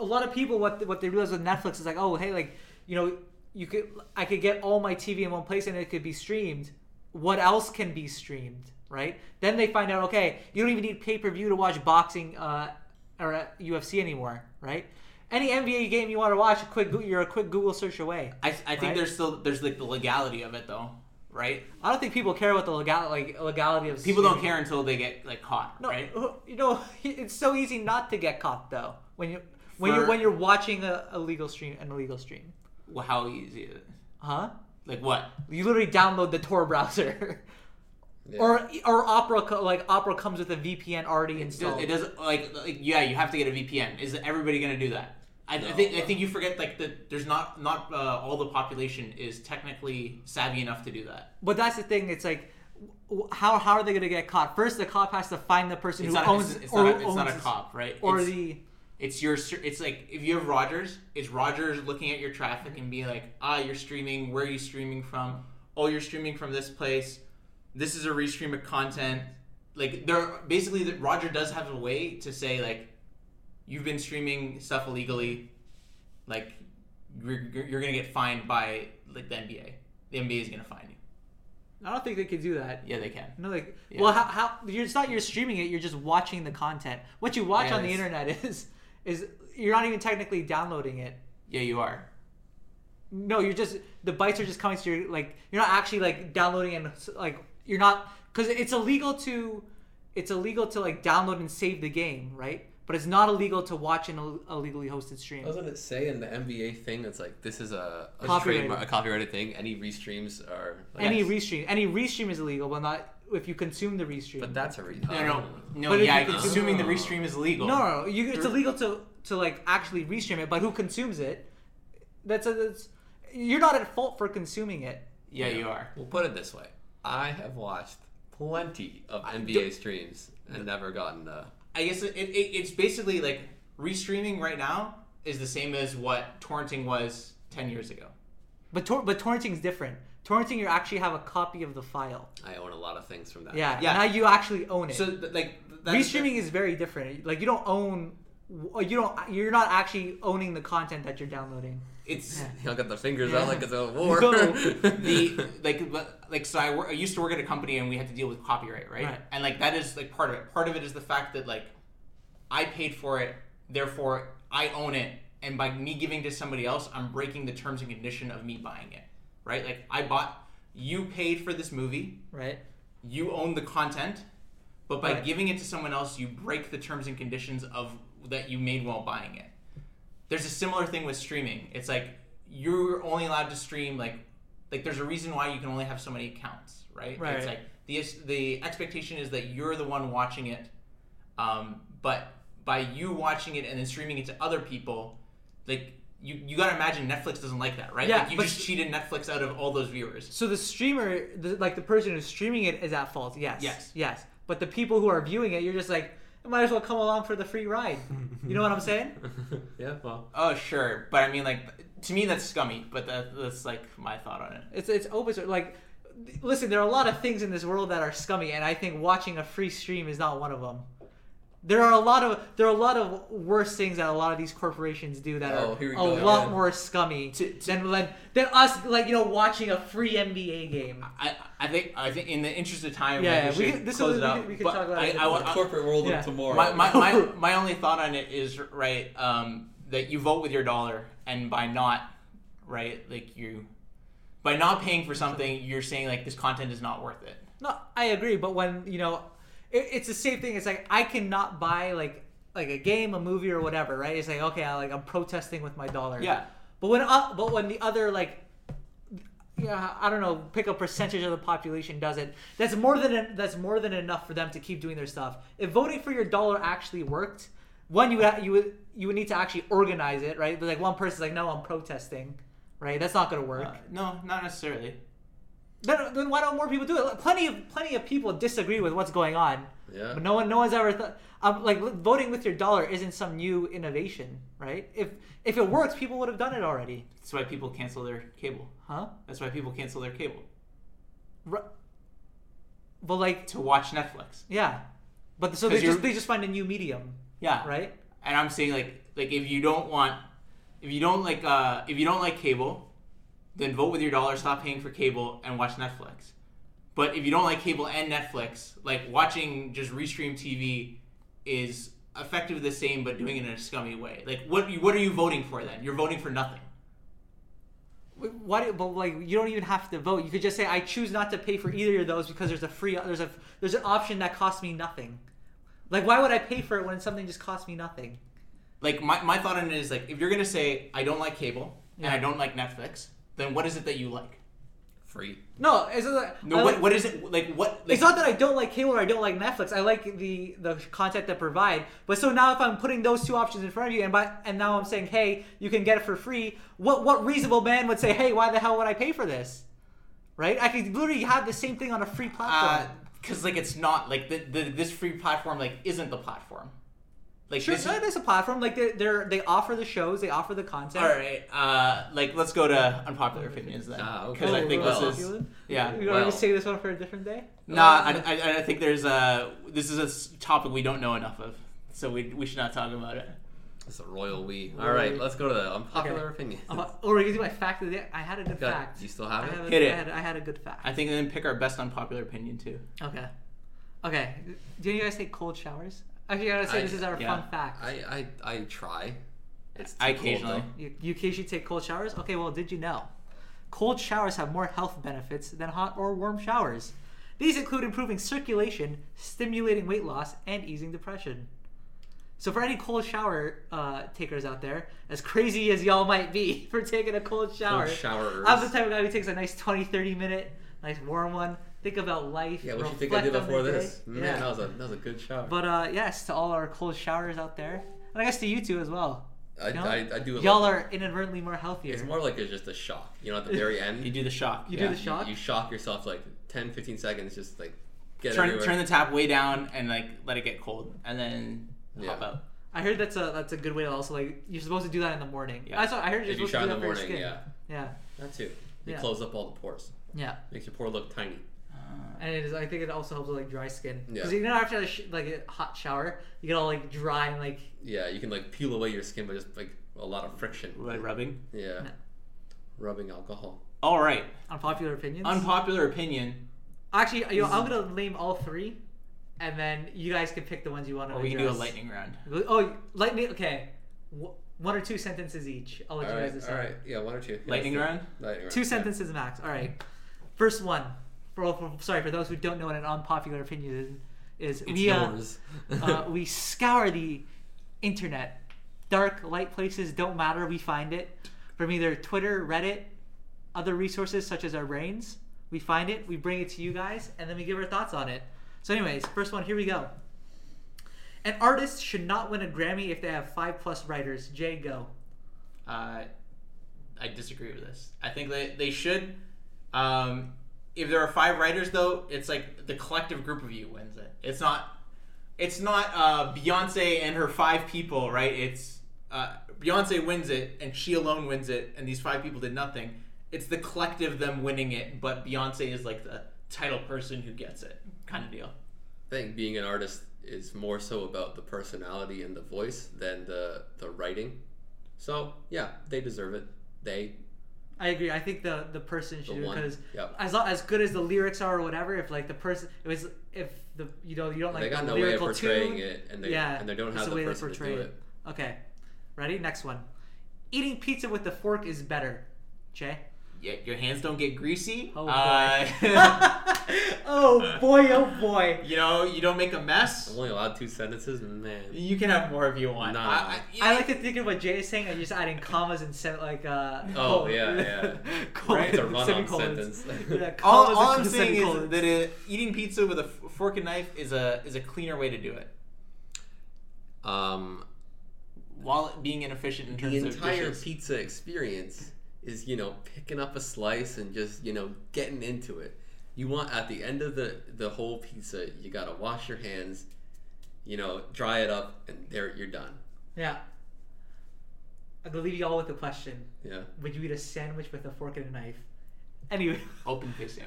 [SPEAKER 2] a lot of people what what they realize with Netflix is like, oh hey, like you know you could I could get all my TV in one place and it could be streamed. What else can be streamed, right? Then they find out, okay, you don't even need pay per view to watch boxing uh, or uh, UFC anymore, right? Any NBA game you want to watch, a quick Goo- you're a quick Google search away.
[SPEAKER 3] I, I think
[SPEAKER 2] Right.
[SPEAKER 3] there's still there's like the legality of it though, right?
[SPEAKER 2] I don't think people care about the legal like legality of
[SPEAKER 3] People
[SPEAKER 2] streaming.
[SPEAKER 3] don't care until they get like caught,
[SPEAKER 2] No,
[SPEAKER 3] right?
[SPEAKER 2] you know, <laughs> it's so easy not to get caught though when you when you
[SPEAKER 3] For-
[SPEAKER 2] when you're watching a, a legal stream an illegal stream,
[SPEAKER 3] Well, how easy? Is it?
[SPEAKER 2] huh?
[SPEAKER 3] Like what?
[SPEAKER 2] You literally download the Tor browser, <laughs>
[SPEAKER 1] Yeah.
[SPEAKER 2] or or Opera co- like Opera comes with a VPN already
[SPEAKER 3] It does-
[SPEAKER 2] installed.
[SPEAKER 3] It doesn't like, like yeah, you have to get a VPN. Is everybody gonna do that? I, I
[SPEAKER 1] No.
[SPEAKER 3] think I think you forget like that. There's not not uh, all the population is technically savvy enough to do that.
[SPEAKER 2] But that's the thing. It's like. w- How, how are they going to get caught? First, the cop has to find the person
[SPEAKER 3] It's
[SPEAKER 2] who
[SPEAKER 3] not
[SPEAKER 2] owns
[SPEAKER 3] it's, it's
[SPEAKER 2] or
[SPEAKER 3] not a, it's
[SPEAKER 2] owns
[SPEAKER 3] not a
[SPEAKER 2] this-
[SPEAKER 3] cop, right?
[SPEAKER 2] or
[SPEAKER 3] it's,
[SPEAKER 2] the
[SPEAKER 3] it's your ser- it's like if you have Rogers, it's Rogers looking at your traffic and being like, ah, you're streaming. Where are you streaming from? Oh, you're streaming from this place. This is a restream of content. Like there, basically, that Roger does have a way to say like, you've been streaming stuff illegally. Like you're, you're you're gonna get fined by like the NBA. The NBA is gonna fine you.
[SPEAKER 2] I don't think they could do that.
[SPEAKER 3] Yeah, they can.
[SPEAKER 2] No, like
[SPEAKER 3] Yeah.
[SPEAKER 2] well, how, how you're, it's not you're streaming it. You're just watching the content. What you watch
[SPEAKER 3] Yeah,
[SPEAKER 2] on the
[SPEAKER 3] it's-
[SPEAKER 2] internet <laughs> is is you're not even technically downloading it.
[SPEAKER 3] Yeah, you are.
[SPEAKER 2] No, you're just the bytes are just coming to your like you're not actually like downloading and like you're not because it's illegal to it's illegal to like download and save the game, right? But it's not illegal to watch an Ill- illegally hosted stream.
[SPEAKER 1] Doesn't it say in the NBA thing that's like this is a a,
[SPEAKER 2] Copyrighted.
[SPEAKER 1] trademark, a copyrighted thing? Any restreams are like,
[SPEAKER 2] Any restream, any restream is illegal, but not if you consume the restream.
[SPEAKER 1] but that's a re- Oh.
[SPEAKER 3] No, no, no.
[SPEAKER 2] Uh, But if
[SPEAKER 3] yeah,
[SPEAKER 2] you consume-
[SPEAKER 3] assuming the restream is legal.
[SPEAKER 2] No, no, no. You, it's illegal to to like actually restream it, but who consumes it? That's a, that's you're not at fault for consuming it.
[SPEAKER 3] Yeah, you are.
[SPEAKER 1] We'll put it this way: I have watched plenty of NBA streams and never gotten a.
[SPEAKER 3] I guess it, it, it's basically like restreaming right now is the same as what torrenting was ten years ago.
[SPEAKER 2] But tor- but torrenting is different. Torrenting, you actually have a copy of the file.
[SPEAKER 1] I own a lot of things from that.
[SPEAKER 2] Yeah,
[SPEAKER 3] Yeah.
[SPEAKER 2] Now you actually own it.
[SPEAKER 3] So th- like th- that's
[SPEAKER 2] Restreaming is very different. Like you don't own, or you don't. You're not actually owning the content that you're downloading.
[SPEAKER 3] It's
[SPEAKER 1] <laughs> Y'all got the fingers out like it's a war.
[SPEAKER 2] <laughs> No,
[SPEAKER 3] the like but- like so I, wor- I used to work at a company and we had to deal with copyright right?
[SPEAKER 2] Right.
[SPEAKER 3] and like that is like part of it part of it is the fact that like i paid for it therefore i own it and by me giving to somebody else i'm breaking the terms and condition of me buying it right like i bought you paid for this movie
[SPEAKER 2] Right.
[SPEAKER 3] you own the content but by
[SPEAKER 2] Right.
[SPEAKER 3] giving it to someone else you break the terms and conditions of that you made while buying it there's a similar thing with streaming it's like you're only allowed to stream like like there's a reason why you can only have so many accounts right
[SPEAKER 2] Right.
[SPEAKER 3] it's like the the expectation is that you're the one watching it um, but by you watching it and then streaming it to other people like you, you gotta imagine Netflix doesn't like that, right?
[SPEAKER 2] Yeah,
[SPEAKER 3] like you
[SPEAKER 2] but-
[SPEAKER 3] just cheated Netflix out of all those viewers.
[SPEAKER 2] So the streamer, the, like the person who's streaming it, is at fault. Yes.
[SPEAKER 3] Yes.
[SPEAKER 2] Yes. But the people who are viewing it, you're just like, I might as well come along for the free ride. you know what I'm saying?
[SPEAKER 1] <laughs> yeah, well,
[SPEAKER 3] Oh sure, but I mean, like to me that's scummy. But that, that's like my thought on it.
[SPEAKER 2] It's it's open source. Like, listen, there are a lot of things in this world that are scummy, and I think watching a free stream is not one of them. There are a lot of there are a lot of worse things that a lot of these corporations do that
[SPEAKER 1] Oh,
[SPEAKER 2] are
[SPEAKER 1] here we
[SPEAKER 2] a
[SPEAKER 1] go
[SPEAKER 2] lot
[SPEAKER 1] again.
[SPEAKER 2] more scummy than, than than us like you know watching a free NBA game.
[SPEAKER 3] I, I think I think in the interest of time,
[SPEAKER 2] Yeah,
[SPEAKER 3] we,
[SPEAKER 2] we
[SPEAKER 3] should
[SPEAKER 2] can- this
[SPEAKER 3] close it
[SPEAKER 2] is- we
[SPEAKER 3] up.
[SPEAKER 2] can- we can
[SPEAKER 3] But
[SPEAKER 2] talk about
[SPEAKER 3] I,
[SPEAKER 2] it.
[SPEAKER 3] I,
[SPEAKER 1] the
[SPEAKER 3] want- I-
[SPEAKER 1] corporate world
[SPEAKER 2] yeah.
[SPEAKER 1] of tomorrow.
[SPEAKER 3] my, my, my, my <laughs> only thought on it is right um, that you vote with your dollar, and by not right like you by not paying for something, you're saying like this content is not worth it.
[SPEAKER 2] No, I agree. But when you know, it, it's the same thing. It's like I cannot buy like like a game, a movie, or whatever. Right? It's like okay, I, like I'm protesting with my dollar.
[SPEAKER 3] Yeah.
[SPEAKER 2] But when uh, but when the other like yeah, I don't know, pick a percentage of the population does it. That's more than that's more than enough for them to keep doing their stuff. If voting for your dollar actually worked, one you would ha- you would you would need to actually organize it, right? But like one person's like, no, I'm protesting. Right, that's not gonna work.
[SPEAKER 3] Uh, no, not necessarily.
[SPEAKER 2] Then, then why don't more people do it? Like, Plenty of plenty of people disagree with what's going on,
[SPEAKER 1] yeah.
[SPEAKER 2] but no one no one's ever thought. Um, like li- voting with your dollar isn't some new innovation, right? If if it works, people would have done it already,
[SPEAKER 3] That's why people cancel their cable.
[SPEAKER 2] huh?
[SPEAKER 3] That's why people cancel their cable
[SPEAKER 2] R- but like
[SPEAKER 3] to watch Netflix.
[SPEAKER 2] yeah, but so
[SPEAKER 3] 'Cause
[SPEAKER 2] they just
[SPEAKER 3] you're-
[SPEAKER 2] they just find a new medium,
[SPEAKER 3] Yeah,
[SPEAKER 2] right?
[SPEAKER 3] and I'm saying like like if you don't want if you don't like uh if you don't like cable, then vote with your dollar, stop paying for cable and watch Netflix. But if you don't like cable and Netflix, like watching just restream TV is effectively the same but doing it in a scummy way. Like what what are you voting for then? You're voting for nothing.
[SPEAKER 2] Wh- Why? do- But like you don't even have to vote. You could just say I choose not to pay for either of those because there's a free there's a there's an option that costs me nothing. Like why would I pay for it when something just costs me nothing?
[SPEAKER 3] Like my, my thought on it is like if you're gonna say I don't like cable and
[SPEAKER 2] Yeah.
[SPEAKER 3] I don't like Netflix, then what is it that you like?
[SPEAKER 1] Free.
[SPEAKER 2] No, it's just like,
[SPEAKER 3] No,
[SPEAKER 2] I
[SPEAKER 3] what,
[SPEAKER 2] like-
[SPEAKER 3] what is it like what like,
[SPEAKER 2] it's not that I don't like cable or I don't like Netflix. I like the the content that provide. But so now if I'm putting those two options in front of you, and by and now I'm saying, hey, you can get it for free. What what reasonable man would say, hey, why the hell would I pay for this? Right? I could literally have the same thing on a free platform.
[SPEAKER 3] because Uh, like it's not like the, the this free platform like isn't the platform. Like
[SPEAKER 2] sure,
[SPEAKER 3] this
[SPEAKER 2] no,
[SPEAKER 3] is,
[SPEAKER 2] there's a platform like they they're, they offer the shows, they offer the content.
[SPEAKER 3] all right. Uh, like let's go to unpopular opinions then,
[SPEAKER 1] Ah, okay.
[SPEAKER 3] because I think
[SPEAKER 1] Well,
[SPEAKER 3] this is yeah.
[SPEAKER 2] You want
[SPEAKER 1] well.
[SPEAKER 2] to save this one for a different day?
[SPEAKER 3] Nah, I, I, I think there's a this is a s- topic we don't know enough of, so we we should not talk about it.
[SPEAKER 1] It's a royal we. All right, let's go to the unpopular
[SPEAKER 2] Okay.
[SPEAKER 1] opinion.
[SPEAKER 2] Uh, or we can do my fact of the day. I had a good
[SPEAKER 1] Got-
[SPEAKER 2] fact.
[SPEAKER 1] you still have
[SPEAKER 2] I
[SPEAKER 1] it?
[SPEAKER 2] have a,
[SPEAKER 3] Hit
[SPEAKER 2] I
[SPEAKER 3] it.
[SPEAKER 2] had, I had a good fact.
[SPEAKER 3] I think then pick our best unpopular opinion too.
[SPEAKER 2] Okay. Okay. Do you guys take cold showers? Actually, I gotta
[SPEAKER 1] <laughs>
[SPEAKER 2] say
[SPEAKER 1] I-
[SPEAKER 2] this is our
[SPEAKER 3] yeah.
[SPEAKER 2] fun fact.
[SPEAKER 1] I, I I try. It's too
[SPEAKER 3] I
[SPEAKER 1] cold,
[SPEAKER 3] occasionally.
[SPEAKER 1] though.
[SPEAKER 2] You, you occasionally take cold showers? Okay, well, did you know? Cold showers have more health benefits than hot or warm showers. These include improving circulation, stimulating weight loss, and easing depression. So, for any cold shower uh, takers out there, as crazy as y'all might be <laughs> for taking a cold shower,
[SPEAKER 1] Cold showers.
[SPEAKER 2] I'm the type of guy who takes a nice 20, 30 minute, nice warm one. Think about life.
[SPEAKER 1] Yeah, what you think I did
[SPEAKER 2] reflect on
[SPEAKER 1] before
[SPEAKER 2] the
[SPEAKER 1] this?
[SPEAKER 2] day.
[SPEAKER 1] Man,
[SPEAKER 2] Yeah.
[SPEAKER 1] that was a that was a good shower.
[SPEAKER 2] But uh, yes, to all our cold showers out there, and I guess to you too as well.
[SPEAKER 1] I,
[SPEAKER 2] You know?
[SPEAKER 1] I, I do it.
[SPEAKER 2] Y'all
[SPEAKER 1] like-
[SPEAKER 2] are inadvertently more healthier.
[SPEAKER 1] It's more like it's just a shock. You know, at the
[SPEAKER 2] <laughs>
[SPEAKER 1] very end,
[SPEAKER 3] You do the shock.
[SPEAKER 2] You
[SPEAKER 3] yeah.
[SPEAKER 2] do the shock.
[SPEAKER 1] you shock yourself like 10, 15 seconds, just like get
[SPEAKER 3] turn
[SPEAKER 1] everywhere.
[SPEAKER 3] turn the tap way down and like let it get cold and then hop
[SPEAKER 1] Yeah.
[SPEAKER 3] out.
[SPEAKER 2] I heard that's a that's a good way to also like you're supposed to do that in the morning.
[SPEAKER 3] Yeah.
[SPEAKER 2] I saw. I heard you're
[SPEAKER 1] If you
[SPEAKER 2] supposed to
[SPEAKER 1] shower
[SPEAKER 2] do
[SPEAKER 1] in
[SPEAKER 2] that
[SPEAKER 1] the
[SPEAKER 2] for your
[SPEAKER 1] morning,
[SPEAKER 2] skin.
[SPEAKER 1] yeah,
[SPEAKER 2] yeah,
[SPEAKER 1] that too. You
[SPEAKER 2] Yeah.
[SPEAKER 1] close up all the pores,
[SPEAKER 2] yeah.
[SPEAKER 1] makes your pore look tiny.
[SPEAKER 2] And it is. I think it also helps with like dry skin.
[SPEAKER 1] Yeah.
[SPEAKER 2] Because you know after a sh- like a hot shower, you get all like dry and like
[SPEAKER 1] Yeah, you can like peel away your skin by just like a lot of friction.
[SPEAKER 3] Like rubbing.
[SPEAKER 1] Yeah,
[SPEAKER 2] Yeah.
[SPEAKER 1] rubbing alcohol.
[SPEAKER 3] All right.
[SPEAKER 2] unpopular opinions.
[SPEAKER 3] Unpopular opinion.
[SPEAKER 2] Actually, you know,
[SPEAKER 1] Mm-hmm.
[SPEAKER 2] I'm gonna name all three, and then you guys can pick the ones you want to.
[SPEAKER 3] Or we can do a lightning round.
[SPEAKER 2] Oh, lightning. Okay, Wh- one or two sentences each. I'll let
[SPEAKER 1] All
[SPEAKER 2] you guys
[SPEAKER 1] right,
[SPEAKER 2] decide.
[SPEAKER 1] all right. Yeah, one or two. Yeah,
[SPEAKER 3] Lightning
[SPEAKER 1] let's do it.
[SPEAKER 3] round?
[SPEAKER 1] Lightning round.
[SPEAKER 2] Two
[SPEAKER 1] yeah.
[SPEAKER 2] sentences max. All right. First one. For, for sorry for those who don't know what an unpopular opinion is. is
[SPEAKER 1] It's
[SPEAKER 2] we uh,
[SPEAKER 1] yours. <laughs>
[SPEAKER 2] uh, we scour the internet. Dark, light places don't matter. We find it from either Twitter, Reddit, other resources such as our brains. We find it, we bring it to you guys, and then we give our thoughts on it. So, anyways, first one. Here we go. An artist should not win a Grammy if they have five plus writers. Jay, go.
[SPEAKER 3] Uh, I disagree with this. I think they, they should. Um, if there are five writers, though, it's like the collective group of you wins it. It's not. It's not uh, Beyonce and her five people, right? It's uh, Beyonce wins it, and she alone wins it, and these five people did nothing. It's the collective them winning it, but Beyonce is like the title person who gets it, kind of deal.
[SPEAKER 1] I think being an artist is more so about the personality and the voice than the the writing. So yeah, they deserve it. They
[SPEAKER 2] I agree. I think the the person should
[SPEAKER 1] The one.
[SPEAKER 2] because
[SPEAKER 1] Yep.
[SPEAKER 2] as lo- as good as the lyrics are or whatever, if like the person, it was if the you know you don't like
[SPEAKER 1] they got
[SPEAKER 2] the
[SPEAKER 1] no way of
[SPEAKER 2] lyrical
[SPEAKER 1] portraying
[SPEAKER 2] tune,
[SPEAKER 1] it, and they
[SPEAKER 2] yeah,
[SPEAKER 1] and they don't
[SPEAKER 2] it's
[SPEAKER 1] have
[SPEAKER 2] the
[SPEAKER 1] the
[SPEAKER 2] way they
[SPEAKER 1] person to
[SPEAKER 2] portray
[SPEAKER 1] do
[SPEAKER 2] it.
[SPEAKER 1] it.
[SPEAKER 2] Okay, ready? Next one. Eating pizza with the fork is better. Jay. <laughs>
[SPEAKER 3] Yeah, your hands don't get greasy.
[SPEAKER 2] Oh, boy.
[SPEAKER 3] Uh,
[SPEAKER 2] oh boy! Oh boy!
[SPEAKER 3] <laughs> you know, you don't make a mess.
[SPEAKER 1] I'm only allowed two sentences, man.
[SPEAKER 3] You can have more if you want.
[SPEAKER 1] No.
[SPEAKER 3] I,
[SPEAKER 2] I like to think of what Jay is saying and just adding commas and set like uh.
[SPEAKER 1] Oh,
[SPEAKER 2] colon-
[SPEAKER 1] yeah,
[SPEAKER 2] <laughs>
[SPEAKER 1] yeah.
[SPEAKER 2] colon-
[SPEAKER 1] It's a run-on
[SPEAKER 2] semicolons.
[SPEAKER 1] sentence.
[SPEAKER 2] Yeah,
[SPEAKER 3] all,
[SPEAKER 2] commas
[SPEAKER 3] all
[SPEAKER 2] and
[SPEAKER 3] I'm saying is
[SPEAKER 2] semicolons.
[SPEAKER 3] that it, eating pizza with a f- fork and knife is a is a cleaner way to do it,
[SPEAKER 1] Um,
[SPEAKER 3] while it being inefficient in terms
[SPEAKER 1] the entire
[SPEAKER 3] of dishes.
[SPEAKER 1] pizza experience is you know picking up a slice and just you know getting into it you want at the end of the the whole pizza you gotta wash your hands you know dry it up and there you're done
[SPEAKER 2] yeah. I'm gonna leave you all with a question.
[SPEAKER 1] yeah
[SPEAKER 2] Would you eat a sandwich with a fork and a knife?
[SPEAKER 1] <laughs>
[SPEAKER 2] Anyway.
[SPEAKER 3] Open <laughs> pizza.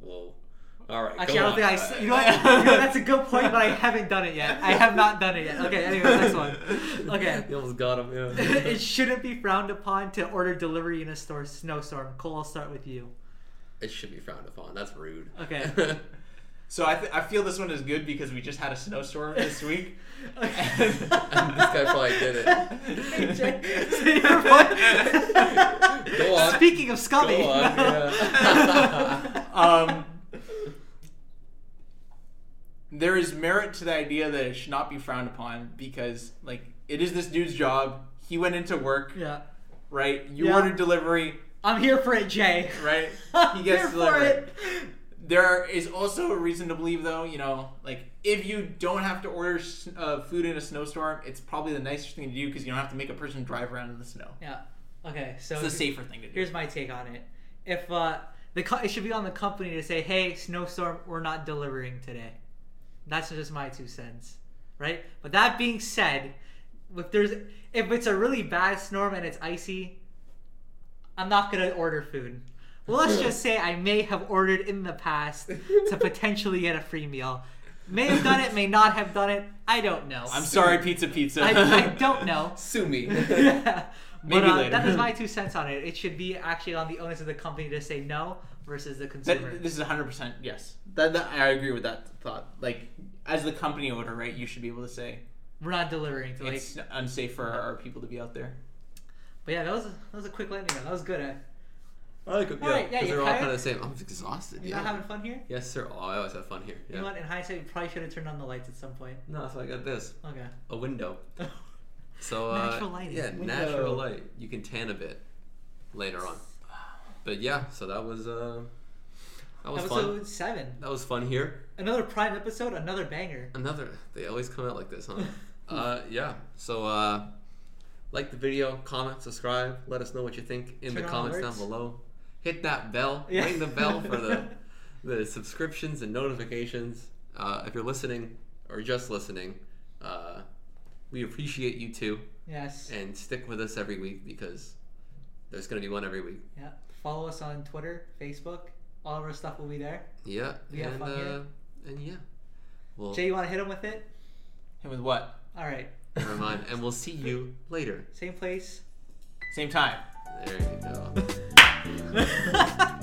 [SPEAKER 1] whoa all right
[SPEAKER 2] Actually,
[SPEAKER 1] go
[SPEAKER 2] I don't
[SPEAKER 1] on.
[SPEAKER 2] think I. s- You know, what? You know, that's a good point, but I haven't done it yet. I have not done it yet. Okay, anyway, next one. Okay.
[SPEAKER 1] <laughs>
[SPEAKER 2] <laughs>
[SPEAKER 1] you almost got him
[SPEAKER 2] it
[SPEAKER 1] yeah.
[SPEAKER 2] shouldn't be frowned upon to order delivery in a store snowstorm. Cole, I'll start
[SPEAKER 1] <laughs>
[SPEAKER 2] with you.
[SPEAKER 1] it should be frowned upon that's rude
[SPEAKER 2] Okay.
[SPEAKER 3] so I, th- I feel this one is good because we just had a snowstorm <laughs> this week.
[SPEAKER 2] this
[SPEAKER 1] guy probably did it.
[SPEAKER 2] <laughs>
[SPEAKER 1] Go on.
[SPEAKER 2] Speaking of scummy. Uh,
[SPEAKER 1] Go on, yeah.
[SPEAKER 3] <laughs>
[SPEAKER 2] <laughs>
[SPEAKER 3] um, there is merit to the idea that it should not be frowned upon because like it is this dude's job. He went into work,
[SPEAKER 2] yeah.
[SPEAKER 3] right? You
[SPEAKER 2] Yeah.
[SPEAKER 3] ordered delivery,
[SPEAKER 2] I'm here for it, Jay.
[SPEAKER 3] right?
[SPEAKER 2] <laughs> I'm
[SPEAKER 3] He gets
[SPEAKER 2] here for
[SPEAKER 3] delivery.
[SPEAKER 2] it.
[SPEAKER 3] There is also a reason to believe, though, you know, like if you don't have to order s- uh, food in a snowstorm, it's probably the nicest thing to do because you don't have to make a person drive around in the snow.
[SPEAKER 2] Yeah. Okay, so
[SPEAKER 3] It's the safer thing to do.
[SPEAKER 2] here's my take on it. If uh, the co- it should be on the company to say, "Hey, snowstorm, we're not delivering today." That's just my two cents, right? But that being said, if there's if it's a really bad storm and it's icy, I'm not gonna order food. Well, let's just say I may have ordered in the past
[SPEAKER 3] <laughs>
[SPEAKER 2] to potentially get a free meal. May have done it, may not have done it. I don't know.
[SPEAKER 3] I'm sorry, Pizza Pizza. <laughs>
[SPEAKER 2] I, I don't know.
[SPEAKER 1] sue
[SPEAKER 2] <laughs>
[SPEAKER 1] me
[SPEAKER 2] Yeah.
[SPEAKER 3] Maybe
[SPEAKER 2] but, uh,
[SPEAKER 3] later.
[SPEAKER 2] That is my two cents on it. It should be actually on the onus of the company to say no versus the consumer.
[SPEAKER 3] That, this is 100% yes. That, that- I agree with that thought. Like, as the company owner, right, you should be able to say,
[SPEAKER 2] we're not delivering to like.
[SPEAKER 3] it's unsafe for our people to be out there.
[SPEAKER 2] But yeah, that was that was a quick lightning round. That was good. Eh?
[SPEAKER 1] <laughs> I like it.
[SPEAKER 2] All right, yeah,
[SPEAKER 1] because
[SPEAKER 2] you
[SPEAKER 1] they're all
[SPEAKER 2] tired?
[SPEAKER 1] kind of the same. I'm exhausted.
[SPEAKER 2] You
[SPEAKER 1] Yeah.
[SPEAKER 2] not having fun here?
[SPEAKER 1] yes, sir. Oh, I always have fun here.
[SPEAKER 2] You know
[SPEAKER 1] Yeah.
[SPEAKER 2] what? In hindsight, we probably should have turned on the lights at some point.
[SPEAKER 1] No, so I got this.
[SPEAKER 2] Okay.
[SPEAKER 1] A window. So uh,
[SPEAKER 2] Natural lighting.
[SPEAKER 1] Yeah,
[SPEAKER 2] Window.
[SPEAKER 1] natural light. You can tan a bit later on. But yeah, so that was uh, that was
[SPEAKER 2] Episode
[SPEAKER 1] fun.
[SPEAKER 2] seven.
[SPEAKER 1] That was fun here.
[SPEAKER 2] Another prime episode. Another banger.
[SPEAKER 1] Another. They always come out like this,
[SPEAKER 2] <laughs>
[SPEAKER 1] huh? uh, yeah. So, uh, like the video, comment, subscribe. Let us know what you think in
[SPEAKER 2] Turn
[SPEAKER 1] the
[SPEAKER 2] on
[SPEAKER 1] comments
[SPEAKER 2] alerts.
[SPEAKER 1] down below. Hit that bell.
[SPEAKER 2] <laughs> Yeah.
[SPEAKER 1] Ring the bell for
[SPEAKER 2] <laughs>
[SPEAKER 1] the the subscriptions and notifications. Uh, if you're listening or just listening, uh, we appreciate you too,
[SPEAKER 2] Yes.
[SPEAKER 1] and stick with us every week because there's gonna be one every week.
[SPEAKER 2] Yeah. Follow us on Twitter, Facebook. All of our stuff will be there.
[SPEAKER 1] Yeah.
[SPEAKER 2] We have
[SPEAKER 1] and
[SPEAKER 2] fun
[SPEAKER 1] uh,
[SPEAKER 2] here.
[SPEAKER 1] and yeah. We'll
[SPEAKER 2] Jay, you want to hit him with it?
[SPEAKER 3] And with what?
[SPEAKER 2] All right.
[SPEAKER 1] never mind, and we'll see you later.
[SPEAKER 2] Same place.
[SPEAKER 1] <laughs>
[SPEAKER 3] Same time.
[SPEAKER 1] There you go.